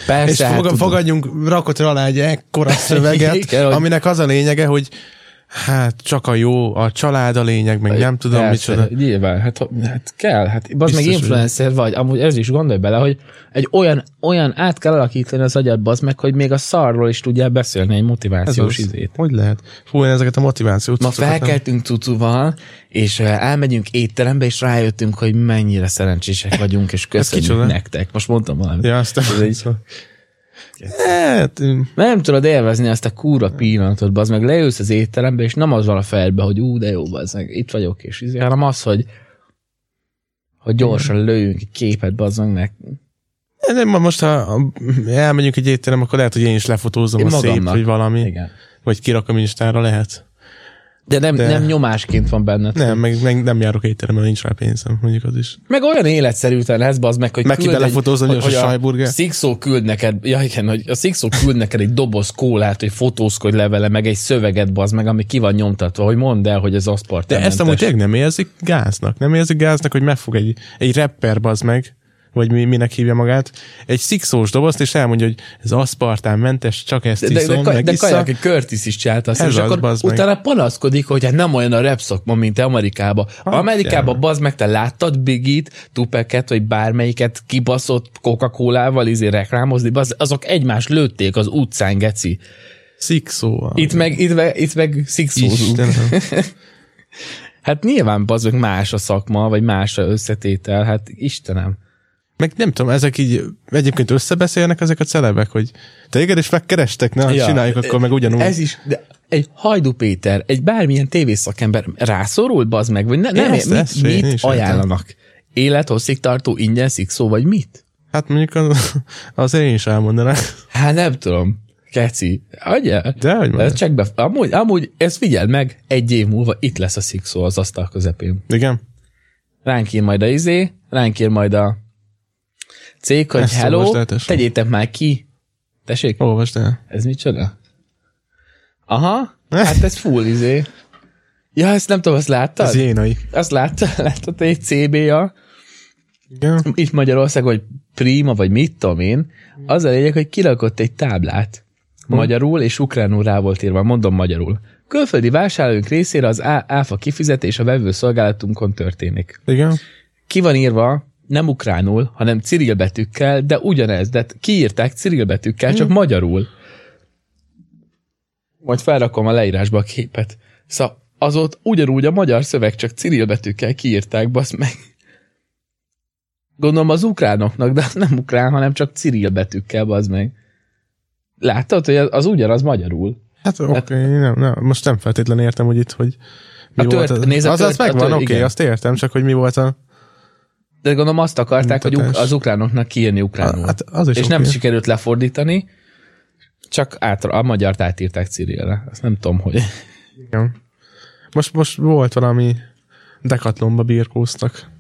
B: Persze,
A: és
B: hát
A: foga-
B: tudom.
A: fogadjunk, rakott rá alá egy ekkora szöveget,
B: Igen, hogy-
A: aminek az a lényege, hogy hát csak a jó, a család a lényeg, meg nem tudom
C: Persze,
A: micsoda.
C: Nyilván, hát, ha- hát kell. Hát
B: Az
C: bazd
B: meg
C: meg
B: influencer vagy, amúgy ez is gondolj bele, hogy egy olyan, olyan át kell alakítani az agyadba az meg, hogy még a szarról is tudjál beszélni egy
A: Ez
B: motivációs
A: az.
B: izét.
A: Hogy lehet? Fú, én ezeket a motivációt
B: Ma
A: cuccokat nem-
B: felkeltünk cucuval, és ö, elmegyünk étterembe, és rájöttünk, hogy mennyire szerencsések vagyunk, és köszönjük
A: kicsoda.
B: nektek. Most mondtam valamit.
A: Ja, azt
B: Ez egy-
A: Hát,
B: Nem tudod élvezni azt a kúra pillanatot, bazd meg leülsz az étterembe, és nem az van a fejedbe, hogy ú, de jó, bazd meg, itt vagyok, és izé, hanem az, hogy hogy gyorsan lőjünk egy képet, bazd meg, meg
A: nem, ma most, ha elmegyünk egy étterem, akkor lehet, hogy én is lefotózom
B: Én
A: a szép,
B: magamnak.
A: vagy valami,
B: igen.
A: vagy kirakom Instára, lehet.
B: De nem, de...
A: De-
B: nem nyomásként van benned.
A: Nem, meg, meg nem járok étteremben, nincs rá pénzem, mondjuk az is.
B: Meg olyan életszerűtlen lesz, bazd meg, hogy
A: Meg ki
B: küld egy-
A: belefotózza gyorsan
B: hogy
A: Schreiburger.
B: Szikszó küld neked, ja igen, hogy a Szikszó küld neked egy doboz kólát, hogy fotózkodj le vele, meg egy szöveget, bazd meg, ami ki van nyomtatva, hogy mondd el, hogy ez
A: De
B: aszpartamentes.
A: ezt amúgy tényleg nem érzik gáznak. Nem érzik gáznak, hogy megfog egy, egy rapper bazd meg, vagy mi, minek hívja magát, egy szikszós dobozt, és elmondja, hogy ez aszpartán mentes, csak ezt
B: de, de,
A: iszom,
B: de,
A: meg
B: de
A: iszak.
B: Kajaki Curtis is csinálta azt,
A: Ez
B: és
A: az,
B: akkor
A: bazd meg.
B: utána panaszkodik, hogy hát nem olyan a rap szakma, mint Amerikában.
A: Hát
B: Amerikában, bazd meg, te láttad Bigit, Tupeket, vagy bármelyiket kibaszott Coca-Colával izé reklámozni, bazd, azok egymást lőtték az utcán, geci.
A: Szikszóval.
B: Itt meg, itt meg, itt meg szikszózunk.
A: Istenem.
B: Hát nyilván bazd meg más a szakma, vagy más a összetétel, hát Istenem.
A: Meg nem tudom, ezek így egyébként összebeszélnek ezek a celebek, hogy téged is megkerestek, na
B: Ja.
A: ja, csináljuk akkor meg ugyanúgy.
B: Ez is, de egy Hajdu Péter, egy bármilyen tévészakember rászorul, bazd meg, vagy ne, nem,
A: ezt-
B: mit,
A: ezt én
B: mit
A: is értem.
B: ajánlanak? Élethosszig tartó ingyen szikszó, vagy mit?
A: Hát mondjuk az, az én is elmondanám.
B: Hát nem tudom. Keci, adja?
A: De hogy már.
B: Ez csak be, amúgy, amúgy, ezt figyeld meg, egy év múlva itt lesz a szikszó az asztal közepén.
A: Igen?
B: Ránk ír majd a izé, ránk ír majd a cég, hogy
A: Ezt
B: hello,
A: olvasd el, tesó.
B: tegyétek már ki. Tessék?
A: Olvasd el.
B: Ez micsoda? Aha, hát ez full izé. Ja, ezt nem tudom, azt láttad?
A: Az jénai.
B: Azt láttad, láttad egy CBA,
A: Igen?
B: itt Magyarország, vagy Prima, vagy mit tudom én, az a lényeg, hogy kirakott egy táblát. Magyarul és ukránul rá volt írva, mondom magyarul. Külföldi vásárlóink részére az á- áfa kifizetés a vevőszolgálatunkon történik.
A: Igen?
B: Ki van írva, nem ukránul, hanem cirilbetűkkel, de ugyanez, de kiírták cirilbetűkkel, csak magyarul. Majd felrakom a leírásba a képet. Szóval azóta ugyanúgy a magyar szöveg csak cirilbetűkkel kiírták, basz meg. Gondolom az ukránoknak, de az nem ukrán, hanem csak cirilbetűkkel, basz meg. Láttad, hogy az, az ugyanaz magyarul.
A: Hát oké, okay, nem, nem, most nem feltétlenül értem, hogy itt, hogy mi
B: A
A: volt
B: tört-
A: az.
B: nézd, a
A: az, az
B: tört- a
A: megvan,
B: tört-
A: oké, okay,
B: igen.
A: azt értem, csak hogy mi volt a...
B: De gondolom azt akarták, hogy uk-
A: Mutatás.
B: az ukránoknak kiírni ukránul.
A: Hát az is
B: és
A: oké.
B: nem sikerült lefordítani, csak át, a magyart átírták Cirilre. Azt nem tudom, hogy...
A: Igen. Most, most volt valami dekatlomba birkóztak.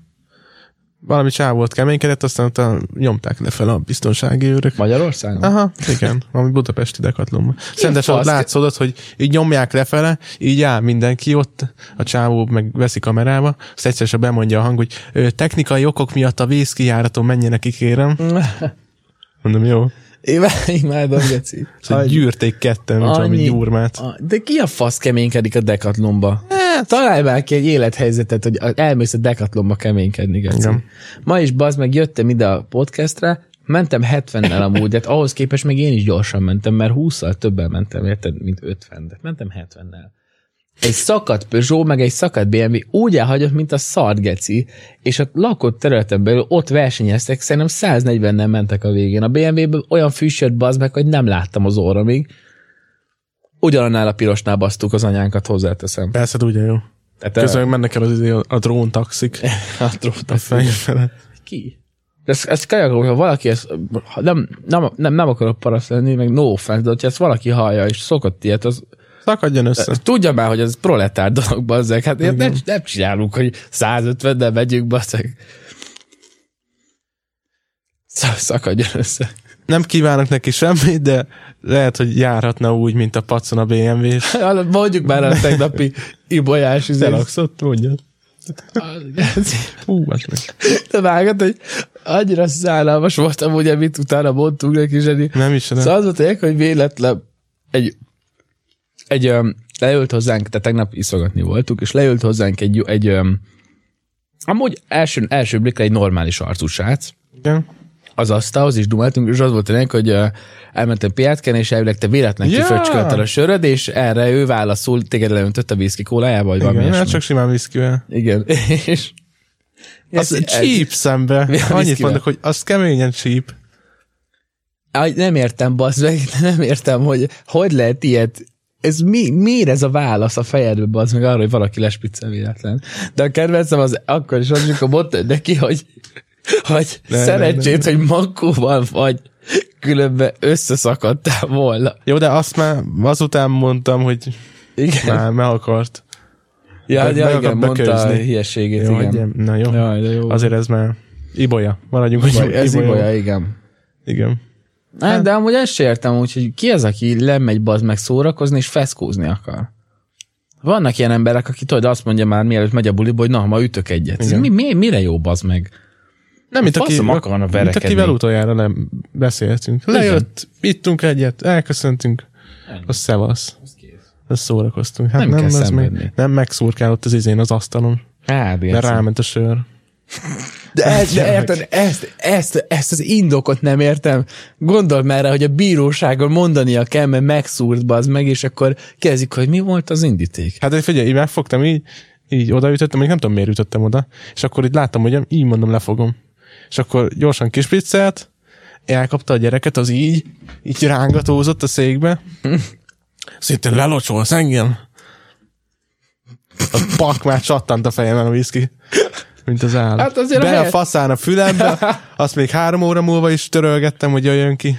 A: Valami csáv volt keménykedett, aztán utána nyomták le fel a biztonsági őrök.
B: Magyarországon?
A: Aha, igen, ami budapesti dekatlomban. Szentes ott
B: fasz?
A: látszódott, hogy így nyomják lefele, így áll mindenki ott, a csávó meg veszi kamerába, azt egyszer se bemondja a hang, hogy "Ö, technikai okok miatt a vészkijáraton menjenek ki, kérem. Mondom, jó.
B: Én imádom, Geci.
A: Szóval gyűrték ketten, mint valami
B: Annyi-
A: gyurmát.
B: A- De ki a fasz keménykedik a dekatlomba? Eh, Találj már ki egy élethelyzetet, hogy a- elmész a dekatlomba keménykedni, Geci.
A: Igen.
B: Ma is bazd meg jöttem ide a podcastre, mentem 70-nel amúgy, de hát ahhoz képest meg én is gyorsan mentem, mert 20-szal többen mentem, érted, mint 50, de mentem 70-nel. Egy szakadt Peugeot, meg egy szakadt BMW úgy elhagyott, mint a szart, geci, és a lakott területen belül ott versenyeztek, szerintem 140-nel mentek a végén. A BMW-ből olyan füsjött bazd meg, hogy nem láttam az orromig. Ugyanannál a pirosnál basztuk az anyánkat, hozzáteszem.
A: Persze, ugye jó.
B: Tehát eh,
A: Közben meg mennek el az, izé- a dróntaxik
B: a drót
A: a fejfele.
B: ki? De ezt, ezt kajak, hogyha valaki ezt, ha nem, nem, nem, nem akarok paraszt lenni, meg no offense, de hogyha ezt valaki hallja, és szokott ilyet, az,
A: Szakadjon össze.
B: az tudja már, hogy ez proletár dolog, bazzeg. Hát ilyet nem, nem csinálunk, hogy 150 de megyünk, bazzeg. Sz- Szakadjon össze.
A: Nem kívánok neki semmit, de lehet, hogy járhatna úgy, mint a pacon a BMW-s.
B: Hát, Mondjuk már a tegnapi ibolyás izé.
A: Relaxott, mondja. Hú, az hát meg.
B: Te vágod, hogy annyira szállalmas voltam, ugye, mit utána mondtunk neki, Zseni.
A: Nem is, de
B: Szóval az volt, a lényeg, hogy véletlen egy, egy um, leült hozzánk, tehát tegnap iszogatni voltunk, és leült hozzánk egy, egy um, amúgy első, első blikre egy normális arcú srác,
A: igen.
B: az asztalhoz is dumáltunk, és az volt a lényeg, hogy uh, elmentem piátken, és elvileg te véletlen
A: Ja!
B: yeah. kifröcskölted a söröd, és erre ő válaszul, téged leöntött a viszki kólájába, vagy valami
A: igen.
B: ilyesmi.
A: Hát csak simán viszkivel.
B: Igen. És
A: Az
B: Ez-
A: csíp szembe. Annyit
B: viszkivel.
A: mondok, hogy az keményen csíp.
B: Aj, nem értem, bazd meg, nem értem, hogy hogy lehet ilyet, ez mi, miért ez a válasz a fejedbe, bazd meg arra, hogy valaki lespiccel véletlen. De a kedvencem az akkor is az, amikor mondta neki, hogy, hogy
A: ne,
B: szerencsét, hogy makkóval vagy, különben összeszakadtál volna.
A: Jó, de azt már azután mondtam, hogy
B: Igen.
A: már meg akart.
B: Ja,
A: be-
B: ja,
A: be
B: igen,
A: akar
B: mondta a
A: bekőzni.
B: hülyeségét,
A: Jó,
B: igen.
A: igen. Na jó.
B: Jaj, de jó.
A: Azért ez már ibolya. Maradjunk, hogy
B: Vagy ez
A: ibolya.
B: ibolya, igen.
A: Igen.
B: Hát, de amúgy ezt sem értem, úgyhogy ki az, aki lemegy bazd meg szórakozni és feszkózni akar? Vannak ilyen emberek, aki tudod, azt mondja már mielőtt megy a buliba, hogy na, ma ütök egyet. Ez
A: Igen.
B: Mi, mi, mire jó bazd meg?
A: Nem, mint aki,
C: Faszom, akarna
A: mint
C: verekedni.
A: akivel utoljára nem beszéltünk. Lejött, ittunk egyet, elköszöntünk, a szevasz. Ezt szórakoztunk. Hát
B: Nem
A: nem,
B: kell
A: ez még,
B: szenvedni.
A: nem megszurkálott az izén az asztalon,
B: Hát,
A: de ráment a sör.
B: de, ez, de érted, ezt, ezt, ezt az indokot nem értem. Gondol már rá, hogy a bíróságon mondania kell, mert megszúrt bazd meg, és akkor kezdjük, hogy mi volt az indíték.
A: Hát de figyelj, így megfogtam, így, így odaütöttem, még nem tudom miért ütöttem oda, és akkor így láttam, hogy így mondom, lefogom. És akkor gyorsan kispriccelt, elkapta a gyereket, az így, így rángatózott a székbe. Szinte lelocsolsz engem. A pak már csattant a fejemen a viszki. Mint az állat.
B: Hát azért a
A: Be a,
B: helyet-
A: faszán a fülembe, azt még három óra múlva is törölgettem, hogy jöjjön ki.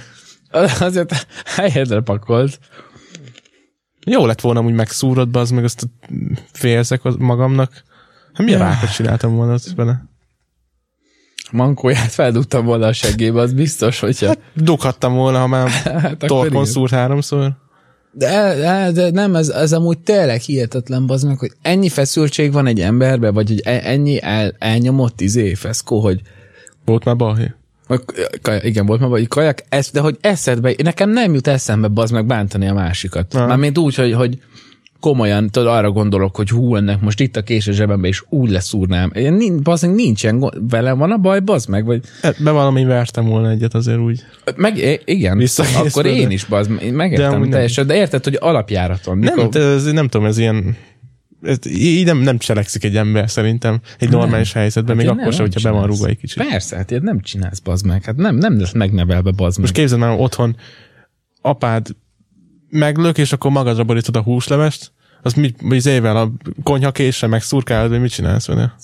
B: Azért helyedre pakolt.
A: Jó lett volna, hogy megszúrod be, az meg azt a félszek az magamnak. Hát milyen rákot csináltam volna ott vele?
B: Mankóját feldugtam volna a seggébe, az biztos, hogyha...
A: Hát dughattam volna, ha már
B: Hát akkor
A: torkon
B: igen.
A: szúrt háromszor.
B: De, de, de nem, ez, ez amúgy tényleg hihetetlen, bazd meg, hogy ennyi feszültség van egy emberben, vagy hogy e- ennyi el, elnyomott izé feszkó, hogy
A: Volt már balhé.
B: vagy kaj- igen, volt már vagy kajak, ez, de hogy eszedbe, nekem nem jut eszembe bazd meg bántani a másikat.
A: Nem.
B: Mármint úgy, hogy, hogy komolyan tudod, arra gondolok, hogy hú, ennek most itt a kés a zsebembe, és úgy leszúrnám. Én nin- Bazd meg nincsen, gond- velem van a baj, bazd meg, vagy
A: Hát, Bevallom, én vertem volna egyet azért úgy.
B: meg, i- igen,
A: Visszakészülök.
B: akkor én is, bazd, meg, én
A: De
B: megértem
A: amúgy
B: de,
A: nem.
B: teljesen, de érted, hogy alapjáraton.
A: Nem,
B: mikor-
A: hát ez, nem tudom, ez ilyen... Ez, így nem, nem cselekszik egy ember szerintem egy normális helyzetben, még
B: Én
A: akkor sem, hogyha be van
B: csinálsz.
A: rúgva egy kicsit.
B: Persze, hát ilyet nem csinálsz, bazd meg. Hát nem, nem lesz megnevelve, bazd meg.
A: Most képzeld már, otthon apád meglök, és akkor magadra borítod a húslevest, az mit, az évvel a konyha késsel megszurkálod, hogy mit csinálsz vele?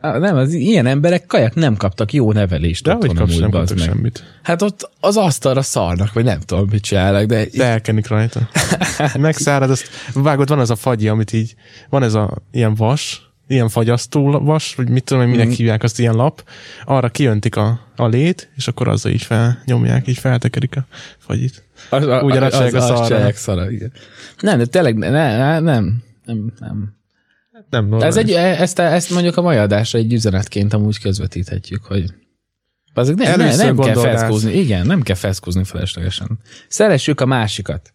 B: Á, Nem, az ilyen emberek kajak nem kaptak jó nevelést
A: De hogy
B: otthon
A: kapsz,
B: amúgy,
A: nem
B: bazd
A: kaptok
B: meg.
A: semmit.
B: Hát ott az asztalra szarnak, vagy nem tudom, mit csinálnak, de...
A: De elkenik rajta. Megszárad, azt vágod, van ez a fagyi, amit így, van ez a ilyen vas, ilyen fagyasztó vas, vagy mit tudom, hogy minek hívják azt, ilyen lap, arra kiöntik a, a lét, és akkor azzal így felnyomják, így feltekerik a fagyit.
B: Az, a,
A: Ugyanazt csinálják a szarra.
B: csinálják szarra, igen. Nem, de tényleg ne, ne, nem, nem, nem.
A: Nem normális.
B: Ez egy, e- ezt, ezt mondjuk a mai adásra egy üzenetként amúgy közvetíthetjük, hogy azok nem, ne,
A: Először
B: nem kell
A: gondold át.
B: feszkózni. Igen, nem kell feszkózni feleslegesen. Szeressük a másikat.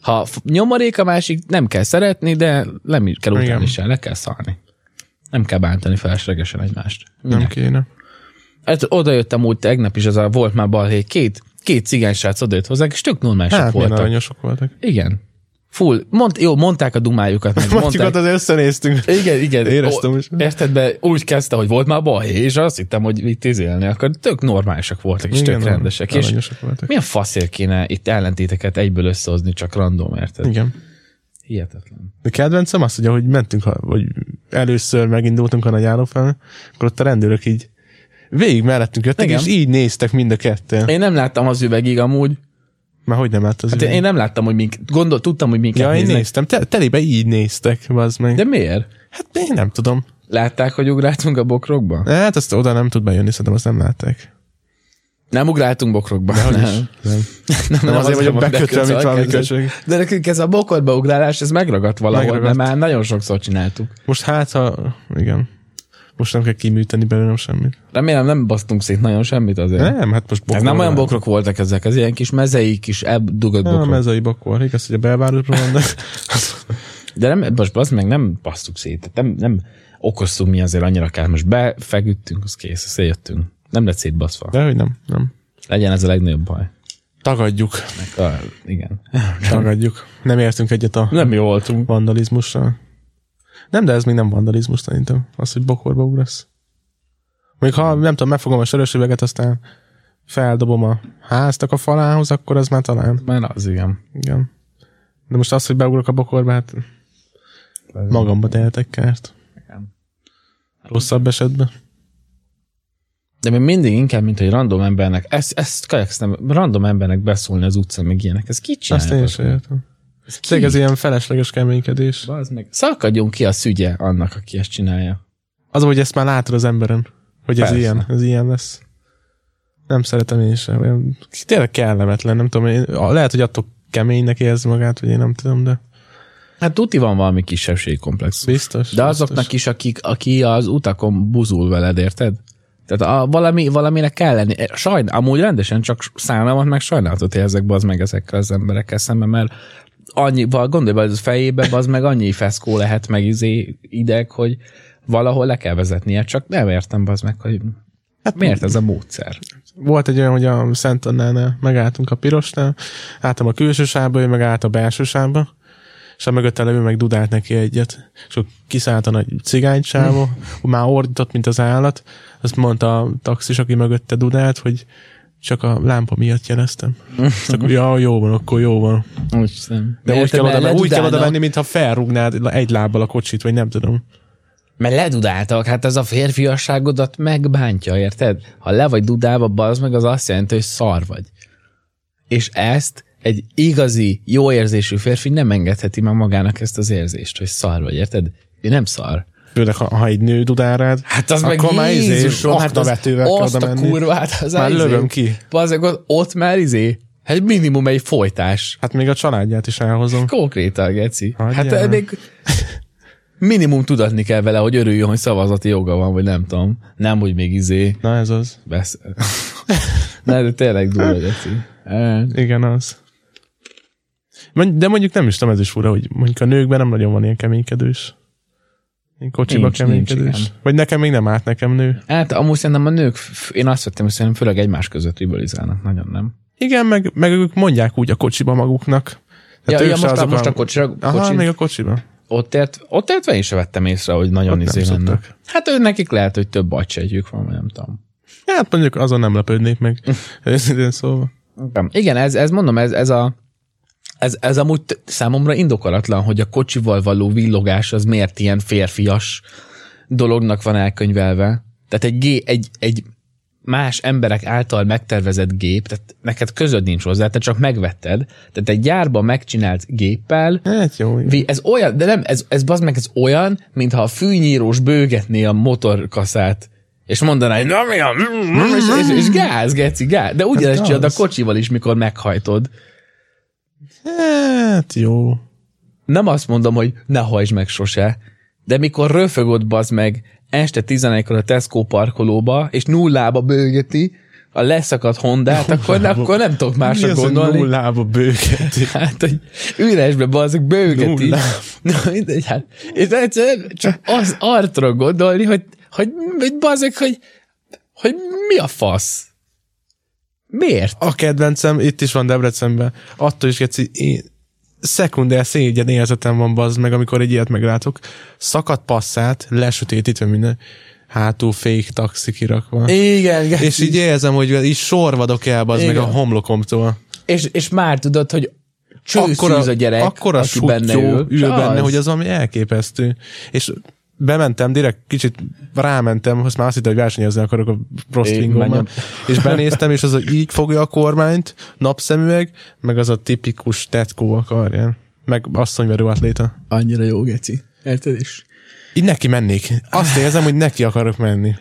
B: Ha f- nyomorék a másik, nem kell szeretni, de nem is- kell
A: Igen.
B: utálni sem, le kell szarni. Nem kell bántani feleslegesen egymást.
A: Nem kéne.
B: Hát oda jöttem úgy tegnap is, az a volt már balhé, két, két cigánysrác oda jött hozzánk, és tök normálisak
A: Hát, milyen
B: voltak.
A: aranyosok voltak.
B: Igen. Full. Mond, jó, mondták a dumájukat. Meg,
A: Mondjuk
B: mondták,
A: ott azért összenéztünk.
B: igen, igen.
A: Éreztem
B: Ó,
A: is.
B: Érted, be, úgy kezdte, hogy volt már balhé, és azt hittem, hogy itt izélni, akkor tök normálisak voltak, és
A: Igen,
B: tök
A: arany-
B: rendesek. És
A: aranyosak voltak.
B: milyen faszért kéne itt ellentéteket egyből összehozni, csak random, érted?
A: Igen.
B: Hihetetlen.
A: De kedvencem az, hogy ahogy mentünk, ha- hogy először megindultunk a nagy fel, akkor ott a rendőrök így végig mellettünk jöttek,
B: Igen.
A: és így néztek mind a ketten.
B: Én nem láttam az üvegig amúgy.
A: Már hogy nem állt az
B: Hát én,
A: üveg?
B: én nem láttam, hogy mink, gondol, tudtam, hogy minket
A: Ja, én
B: néznek.
A: néztem. Te, telébe így néztek, az meg.
B: De
A: De...
B: miért?
A: Hát én nem tudom.
B: Látták, hogy ugráltunk a bokrokba?
A: Hát azt oda nem tud bejönni, szerintem azt nem látták.
B: Nem ugráltunk bokrokba.
A: Dehogy is.
B: nem.
A: Nem.
B: Nem,
A: Nem azért vagyok
B: hogy
A: bekötve,
B: nekünk
A: mint valami
B: az-
A: köcsög.
B: De nekünk ez a bokorba ugrálás, ez megragadt valahol,
A: Megragadt.
B: mert már nagyon sokszor csináltuk.
A: Most hát, ha... Igen. Most nem kell kiműteni belőlem semmit.
B: Remélem nem basztunk szét nagyon semmit azért.
A: Nem, hát most
B: Ez nem olyan
A: van.
B: bokrok voltak ezek, ez ilyen kis mezei, kis eldugott bokrok.
A: Nem, ez a ibakor. Igaz, hogy a belvárosban van, de
B: De nem, most az meg nem basztuk szét, tehát nem, nem okoztunk mi azért annyira kárt. Most befeküdtünk, az kész, azt eljöttünk. Nem lett szétbaszva.
A: de hogy nem, nem.
B: Legyen ez a legnagyobb baj.
A: Tagadjuk,
B: A, igen.
A: tagadjuk. Nem értünk egyet a
B: Nem jó voltunk.
A: vandalizmussal. Nem, de ez még nem vandalizmus szerintem. Az, hogy bokorba ugrasz. Még ha nem tudom, megfogom a sörös üveget, aztán feldobom a háztak a falához, akkor az már talán.
B: Már az, igen.
A: Igen. De most az, hogy beugrok a bokorba, hát magamba tehetek kárt.
B: Igen.
A: Rosszabb esetben.
B: De még mindig inkább, mint hogy random embernek, ezt, ezt kajakszem, random embernek beszólni az utcán, meg ilyenek. Ez kicsi.
A: Azt én is értem.
B: Ez
A: Tényleg
B: ki?
A: ez ilyen felesleges keménykedés.
B: Az meg... Szakadjon ki a szügye annak, aki ezt csinálja.
A: Az, hogy ezt már látod az emberen, hogy ez
B: Persze.
A: ilyen, ez ilyen lesz. Nem szeretem én sem. Olyan, tényleg kellemetlen, nem tudom. Én, a- lehet, hogy attól keménynek érzi magát, vagy én nem tudom, de
B: Hát tuti van valami kisebbségkomplex.
A: biztos.
B: De azoknak is, akik, aki az utakon buzul veled, érted? Tehát a, valami, valaminek kell lenni. Eh, Sajn, amúgy rendesen csak szánalmat, meg sajnálatot érzek az meg ezekkel az emberekkel szemben, mert annyi, val- gondolj bele, az fejébe az meg annyi feszkó lehet, meg izé ideg, hogy valahol le kell vezetnie, csak nem értem az meg, hogy hát miért ez a módszer?
A: Volt egy olyan, hogy a Szent Annánál megálltunk a pirosnál, álltam a külső sávba, ő meg állt a belső sávba, és a mögötte levő meg dudált neki egyet, és akkor kiszállt a nagy cigánycsávó, már ordított, mint az állat, azt mondta a taxis, aki mögötte dudált, hogy csak a lámpa miatt jeleztem. Azt akkor, ja, jó van, akkor jó van.
B: Úgy nem.
A: De úgy
B: Miért
A: kell, oda,
B: ledudálnak?
A: úgy kell oda menni, mintha felrúgnád egy lábbal a kocsit, vagy nem tudom.
B: Mert ledudáltak, hát ez a férfiasságodat megbántja, érted? Ha le vagy dudálva, bazd meg, az azt jelenti, hogy szar vagy. És ezt egy igazi, jó érzésű férfi nem engedheti meg magának ezt az érzést, hogy szar vagy, érted? Ő nem szar.
A: Főleg, ha, ha egy nő dudál rád,
B: Hát az
A: akkor
B: meg
A: már izé,
B: Jézusom, hát az,
A: aknavetővel kell
B: azt
A: oda
B: a
A: menni.
B: kurvát, az
A: Már
B: izé-
A: lövöm ki.
B: Bazd meg, ott- ott már izé, hát minimum egy folytás.
A: Hát még a családját is elhozom.
B: Konkrétan, Geci.
A: Hagyjál.
B: Hát eh, még minimum tudatni kell vele, hogy örüljön, hogy szavazati joga van, vagy nem tudom. Nem, hogy még izé
A: Na ez az.
B: Besz... Na, de tényleg durva, Geci. Eh,
A: Igen, az. Mondj- De mondjuk nem is tudom, ez is fura, hogy mondjuk a nőkben nem nagyon van ilyen keménykedős. Ilyen kocsiba
B: Nincs,
A: nincs, keménykedős.
B: nincs,
A: Nincs,
B: igen.
A: Vagy nekem még nem állt nekem nő.
B: Hát amúgy szerintem a nők, f- én azt vettem, hogy szerintem főleg egymás között rivalizálnak, nagyon nem.
A: Igen, meg, meg ők mondják úgy a kocsiba maguknak.
B: Ja,
A: ők
B: ja,
A: se
B: most, a,
A: azok
B: most a kocsira,
A: Aha,
B: kocsi,
A: még a kocsiba.
B: ott, ért, ott értve én sem vettem észre, hogy
A: Ott
B: nagyon
A: nem
B: izé
A: szoktak.
B: lennek. Hát ő, nekik lehet, hogy több agysejtjük van, vagy nem tudom.
A: Hát mondjuk azon nem lepődnék meg. Őszintén szólva.
B: Nem. Igen, ez, ez mondom, ez, ez a ez, ez amúgy t- számomra indokolatlan, hogy a kocsival való villogás az miért ilyen férfias dolognak van elkönyvelve. Tehát egy, gé, egy, egy más emberek által megtervezett gép, tehát neked közöd nincs hozzá, te csak megvetted, tehát egy gyárban megcsinált géppel,
A: Hát jó, igen.
B: vi- ez olyan, de nem, ez, ez bazd meg, ez olyan, mintha a fűnyírós bőgetné a motorkaszát, és mondaná, hogy na mi a, mm, mm, és, és, és gáz, geci, gáz. De ugyanezt
A: Hát
B: csinálod a
A: az.
B: kocsival is, mikor meghajtod.
A: Hát jó.
B: nem azt mondom, hogy ne hajtsd meg sose, de mikor röfögött bazd meg este 11-kor a Tesco parkolóba, és nullába bőgeti a leszakadt Hondát, akkor, akkor nem tudok
A: Mi
B: másra
A: az, hogy
B: gondolni.
A: nullába bőgeti?
B: Hát, hogy üresbe bazzik, bőgeti.
A: Nulla.
B: Na, mindegy, hát. És egyszerűen csak az artra gondolni, hogy, hogy, hogy bazzik, hogy, hogy mi a fasz? Miért?
A: a kedvencem, itt is van Debrecenben, attól is geci, én szekundel szégyen érzetem van bazd meg, amikor egy ilyet meglátok. Szakadt passzát, lesötétítve minden, hátul fék taxi kirakva.
B: Igen, Geci.
A: és így érzem, hogy így sorvadok el bazd meg
B: Igen.
A: a homlokomtól.
B: és, és már tudod, hogy csőszűz a gyerek,
A: akkora
B: aki benne ül.
A: ül benne,
B: Az.
A: hogy az ami elképesztő. És bementem, direkt kicsit rámentem, azt már azt hittem, hogy versenyezni akarok a
B: menjem.
A: prostringommal, és benéztem, és az a, így fogja a kormányt, napszemüveg, meg az a tipikus tetkó a karján, meg asszonyverő atléta.
B: Annyira jó, Geci. Érted is?
A: Így neki mennék. Azt érzem, hogy neki akarok menni.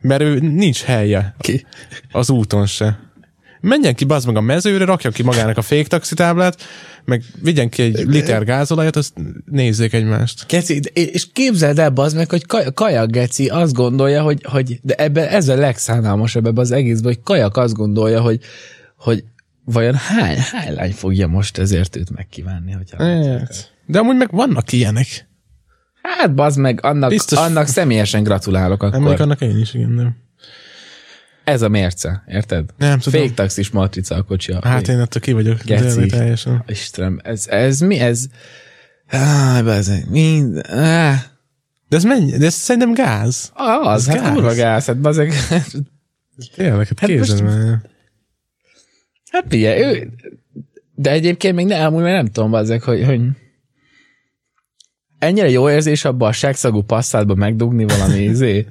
A: Mert ő nincs helye
B: Ki?
A: az úton se. menjen ki bazd meg a mezőre, rakja ki magának a féktaxitáblát, meg vigyen ki egy liter gázolajat, azt nézzék egymást.
B: Geci, de- és képzeld el, az meg, hogy kaj- kajak geci azt gondolja, hogy, hogy de ebben ez a legszánalmasabb ebben az egészben, hogy kajak azt gondolja, hogy, hogy vajon hány, hány lány fogja most ezért őt megkívánni, hogyha...
A: Hát. De amúgy meg vannak ilyenek.
B: Hát bazd meg, annak,
A: Biztos-
B: annak személyesen gratulálok
A: Nem mondjuk
B: akkor.
A: annak én is, igen, nem.
B: Ez a mérce, érted?
A: Nem tudom.
B: Féktaxis matrica a kocsi. a
A: Hát én attól ki vagyok.
B: Geci.
A: tényleg Teljesen.
B: Istenem, ez, ez mi? Ez... Ah, bazeg, mind... Ah,
A: De ez mennyi? De ez szerintem gáz.
B: az,
A: Ez
B: hát
A: gáz.
B: kurva gáz, hát bazeg.
A: Tényleg, hát, hát
B: most-
A: képzeld már.
B: Hát figyelj, ő... De egyébként még nem, amúgy már nem tudom, bazeg, hogy, hogy... Ennyire jó érzés abba a sekszagú passzátba megdugni valami izé.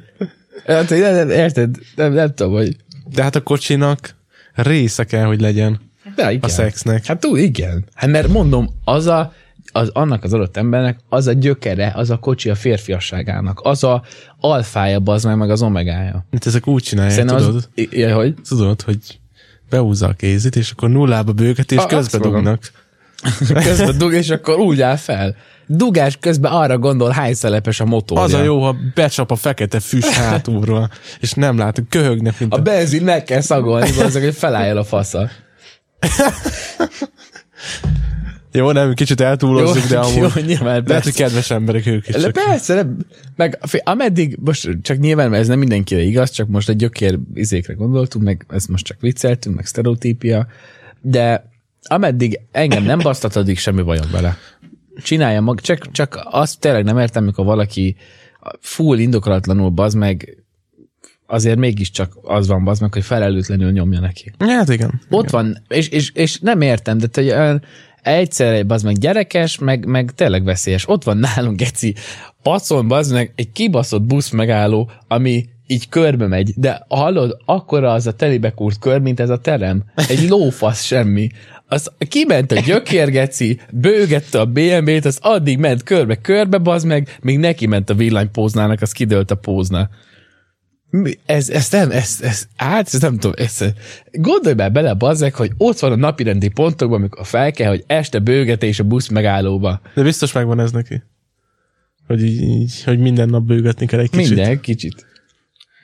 B: Hát, hogy nem, nem, érted? Nem, nem tudom, hogy...
A: De hát a kocsinak része kell, hogy legyen
B: De, igen.
A: a szexnek.
B: Hát úgy, igen. Hát mert mondom, az a, az, annak az adott embernek az a gyökere, az a kocsi a férfiasságának, az a alfája, az meg, meg az omegája.
A: Itt Hát ezek úgy csinálják,
B: Szerintem
A: tudod?
B: az... I- Ja, hogy?
A: Tudod, hogy behúzza a kézit, és akkor nullába bőgeti, és
B: A-
A: közbe
B: azt fogom.
A: dugnak.
B: Közben dug, és akkor úgy áll fel. Dugás közben arra gondol, hány szelepes a motorja.
A: Az a jó, ha becsap a fekete füst hátulról, és nem látunk, köhögnek, mint
B: A
A: a...
B: benzin meg kell szagolni, azok, hogy felálljon a fasza.
A: Jó, nem, kicsit eltúlozzuk, de amúgy...
B: jó, nyilván
A: Lehet, hogy
B: persze.
A: kedves emberek ők is.
B: Le,
A: Csak.
B: persze, le, meg fi- ameddig, most csak nyilván, mert ez nem mindenkire igaz, csak most egy gyökér izékre gondoltunk, meg ezt most csak vicceltünk, meg sztereotípia, de ameddig engem nem basztat, addig semmi bajom vele. Csinálja mag, csak, csak azt tényleg nem értem, mikor valaki full indokolatlanul baz meg, azért mégiscsak az van baz meg, hogy felelőtlenül nyomja neki.
A: Hát igen.
B: Ott van, és, és, és nem értem, de te olyan egyszerre bazd meg gyerekes, meg, meg tényleg veszélyes. Ott van nálunk geci pacon bazd meg egy kibaszott busz megálló, ami így körbe megy, de hallod, akkora az a telibe kurt kör, mint ez a terem. Egy lófasz semmi. Az kiment a gyökér, geci, bőgette a BMW-t, az addig ment körbe-körbe, bazd meg, még neki ment a villanypóznának, az kidőlt a pózna. Mi- Ez, ez nem, ez, ez, át, ez nem tudom, ez, gondolj már bele, bazzek, hogy ott van a napirendi pontokban, amikor fel kell, hogy este bőgetés a busz megállóba.
A: De biztos megvan ez neki. Hogy, így, így, hogy minden nap bőgetni kell egy kicsit.
B: Minden, kicsit.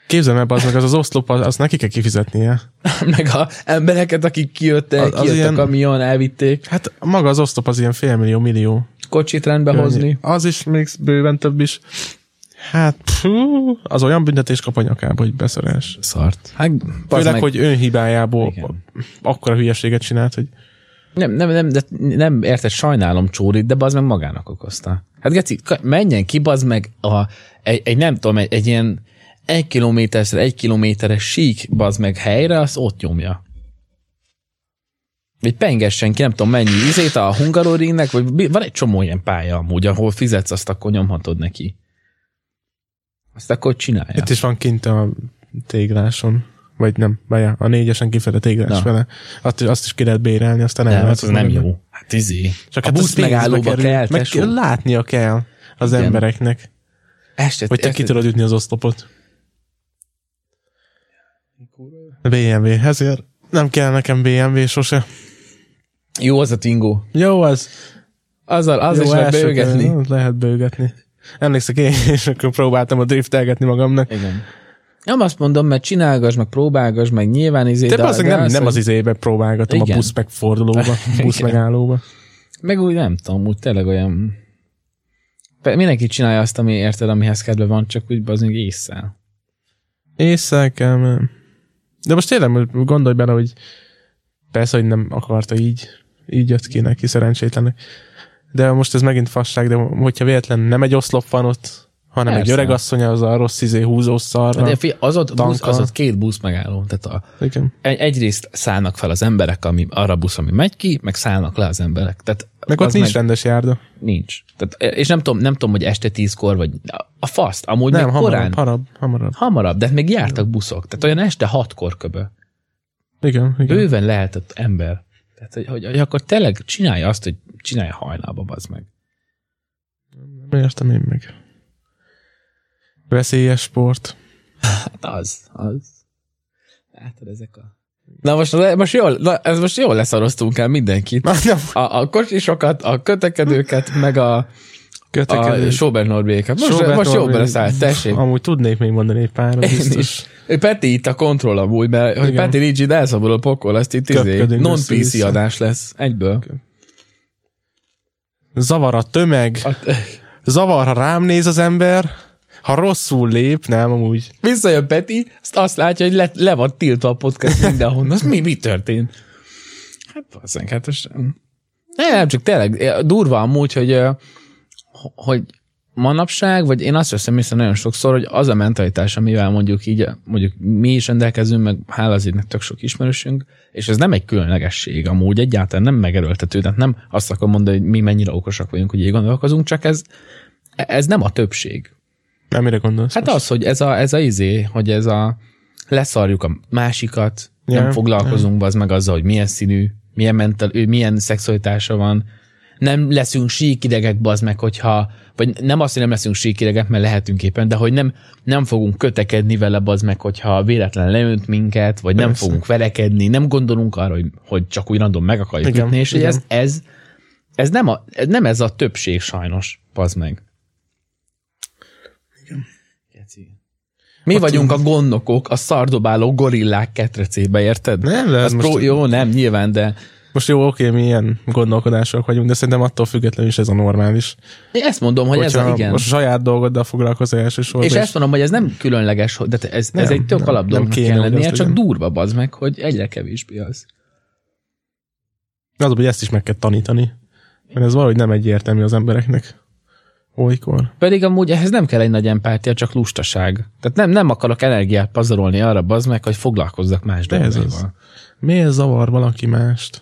A: Képzelem el, az meg az az oszlop, az, azt neki kell kifizetnie.
B: Meg a embereket, akik kijöttek,
A: Az-
B: az,
A: az
B: kijött
A: ilyen-
B: a kamion, elvitték,
A: Hát maga az oszlop az ilyen félmillió, millió.
B: kocsit rendbe hozni.
A: Az is még bőven több is. Hát, pfú, az olyan büntetés kap a nyakába, hogy beszarás.
B: Szart. Hát, bazd
A: Főleg,
B: meg,
A: hogy önhibájából Igen. akkora hülyeséget csinált, hogy
B: nem, nem, nem, de nem érted, sajnálom Csórit, de bazd meg magának okozta. Hát Geci, ka- menjen ki, bazd meg a, egy, egy, nem tudom, egy, egy ilyen egy kilométeresre, egy kilométeres sík, bazd meg helyre, az ott nyomja. Egy pengessen ki, nem tudom mennyi izét a Hungaroringnek, vagy mi- van egy csomó ilyen pálya amúgy, ahol fizetsz, azt akkor nyomhatod neki. Azt akkor csinálja.
A: itt is van kint a tégláson. Vagy nem, várjál, a négyesen kifele téglás
B: Na.
A: vele. Azt, azt is ki lehet bérelni, aztán
B: nem,
A: el
B: az nem jó. Hát izé.
A: Csak
B: a
A: hát az
B: busz
A: pénzbe
B: megállóba
A: kerül.
B: kell,
A: Meg
B: tesó.
A: kell látnia kell az
B: Igen.
A: embereknek,
B: Este,
A: hogy te
B: este-
A: ki tudod ütni az oszlopot. BMW, ezért nem kell nekem BMW sose.
B: Jó az a Twingo.
A: Jó, az,
B: Azzal, azzal
A: jó,
B: is lehet
A: első
B: bőgetni.
A: kell, Lehet bőgetni. Emlékszek én, és akkor próbáltam a driftelgetni magamnak.
B: Igen. Nem azt mondom, mert csinálgass, meg próbálgass, meg nyilván izé,
A: De az nem, nem az izébe próbálgatom a
B: Igen.
A: busz megfordulóba, busz
B: Igen.
A: megállóba.
B: Meg úgy nem tudom, úgy tényleg olyan... Pe- Mindenki csinálja azt, ami érted, amihez kedve van, csak úgy Hát az még észszel.
A: Észre kell, mert- De most tényleg gondolj bele, hogy persze, hogy nem akarta így, így jött ki neki szerencsétlenek. De most ez megint fasság, de hogyha véletlen nem egy oszlop van ott, hanem
B: Persze.
A: egy öreg asszony az a rossz izé húzó szarra.
B: De figyelj, az ott, busz,
A: Tankkal.
B: az ott két busz megálló. Tehát a,
A: Igen.
B: egy, egyrészt szállnak fel az emberek, ami, arra a busz, ami megy ki, meg szállnak le az emberek. Tehát
A: Meg ott
B: az
A: nincs rendes járda.
B: nincs. Tehát, e- és nem tudom, nem tudom, hogy este tízkor, vagy a- a faszt, amúgy
A: Nem,
B: meg
A: hamarabb,
B: korán.
A: hamarabb, hamarabb.
B: Hamarabb, de hát még jártak buszok. Tehát olyan este hatkor köböl.
A: Igen, igen.
B: bőven lehetett ember. Tehát, hogy, hogy, hogy akkor tényleg csinálja azt, hogy csinálja hajnalba, bazd meg.
A: Nem értem én meg. Veszélyes sport.
B: Hát az, az. Látod, ezek a Na most, le- most jól, na, ez most jól leszaroztunk el mindenkit.
A: Na, nem.
B: A, a kocsisokat, a kötekedőket, meg a,
A: Kötekedő.
B: a Sober Norbéket. Most,
A: Sobert
B: most jól
A: Norbi.
B: beleszállt, tessék.
A: Amúgy tudnék még mondani egy pár,
B: Én
A: biztos.
B: is. Ő Peti itt a kontroll amúgy, mert hogy
A: Igen.
B: Peti nincs itt elszabadul a pokol, azt itt izé,
A: Köpködünk
B: non-PC
A: össze-vissza.
B: adás lesz. Egyből.
A: Zavar a tömeg,
B: A,
A: zavar, ha rám néz az ember, ha rosszul lép, nem amúgy.
B: visszajön Peti, azt, azt látja, hogy le, le van tiltva a podcast mindenhonnan. Az mi, mi történt? Hát valószínűleg, hát most... Nem, nem, csak tényleg eh, durva amúgy, hogy, eh, hogy manapság, vagy én azt veszem észre nagyon sokszor, hogy az a mentalitás, amivel mondjuk így, eh, mondjuk mi is rendelkezünk, meg hála az égnek tök sok ismerősünk, és ez nem egy különlegesség amúgy, egyáltalán nem megerőltető, tehát nem azt akarom mondani, hogy mi mennyire okosak vagyunk, hogy így gondolkozunk, csak ez, e-, ez nem a többség.
A: Nem, mire gondolsz?
B: Hát
A: most?
B: az, hogy ez a, ez a izé, hogy ez a leszarjuk a másikat,
A: Ja,
B: nem foglalkozunk az meg azzal, hogy milyen színű, milyen, mental, ő, milyen szexualitása van, nem leszünk síkidegek, bazd meg, hogyha, vagy nem azt, hogy nem leszünk síkidegek, mert lehetünk éppen, de hogy nem, nem fogunk kötekedni vele, bazd meg, hogyha véletlen leönt minket, vagy nem
A: Persze.
B: fogunk verekedni, nem gondolunk arra, hogy, hogy csak úgy random meg akarjuk
A: Igen,
B: ütni, és hogy
A: igen.
B: ez, ez, ez, nem, a, ez nem ez a többség sajnos, bazd meg. Mi vagyunk a gondnokok, a szardobáló gorillák ketrecébe, érted?
A: Nem, de ez
B: az
A: most-
B: pro, jó, nem, nyilván, de
A: Most jó, oké, mi ilyen gondolkodások vagyunk, de szerintem attól függetlenül is ez a normális.
B: én ezt mondom, hogy ez
A: Hogyha
B: a, igen.
A: Most saját dolgoddal foglalkozol elsősorban.
B: és ezt mondom, hogy ez nem különleges, hogy- de te- ez, ez
A: Nem,
B: egy tök
A: nem,
B: alap
A: nem
B: dolognak
A: kéne,
B: kell
A: hogy
B: lennie,
A: az
B: csak
A: legyen.
B: durva az meg, hogy egyre kevésbé az.
A: Az, hogy ezt is meg kell tanítani. Mert ez valahogy nem egyértelmű az embereknek. Olykor.
B: Pedig amúgy ehhez nem kell egy nagy empátia, csak lustaság. Tehát nem, nem akarok energiát pazarolni arra, bazd meg, hogy foglalkozzak más
A: De ez az.
B: dolgokkal.
A: Miért zavar valaki mást?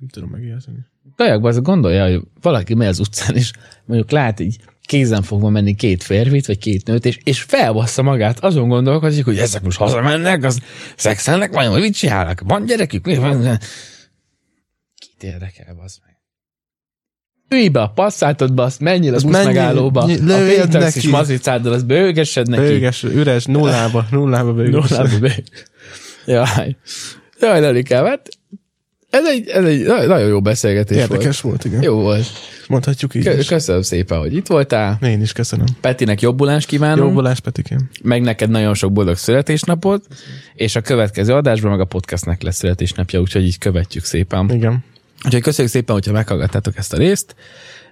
A: Nem tudom megérteni.
B: Kajakban az gondolja, hogy valaki megy az utcán, és mondjuk lát így kézen fogva menni két férfit, vagy két nőt, és, és felbassza magát, azon gondolkozik, hogy ezek most hazamennek, az szexelnek, vagy hogy mit csinálnak, van gyerekük, mi van? Kit érdekel, az meg. Ülj be a passzátodba, azt menjél az
A: Azt
B: busz
A: menjél,
B: megállóba, a
A: nyi- lőjed
B: féltaxis
A: neki.
B: mazicáddal, azt bőgesed neki.
A: Bőges, üres, nullába, nullába bőges.
B: Nullába be. Jaj. Jaj, Lelikám, hát ez egy, ez egy na- nagyon jó beszélgetés
A: Érdekes volt, igen.
B: volt. Jó volt.
A: Mondhatjuk így
B: Kö-
A: is.
B: Köszönöm szépen, hogy itt voltál.
A: Én is köszönöm.
B: Petinek jobbulást kívánom,
A: Jó volás, Petikém.
B: meg neked nagyon sok boldog születésnapot, és a következő adásban meg a podcastnek lesz születésnapja, úgyhogy így követjük szépen.
A: Igen.
B: Úgyhogy köszönjük szépen, hogyha meghallgattátok ezt a részt.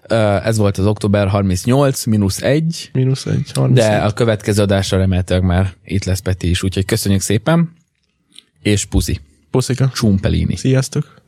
B: Ö, Ez volt az október 38 mínusz 1,
A: Mínusz egy, 30.
B: de a következő adásra remélhetőleg már itt lesz Peti is, úgyhogy köszönjük szépen, és puzi,
A: Puszika.
B: csumpelini.
A: Sziasztok.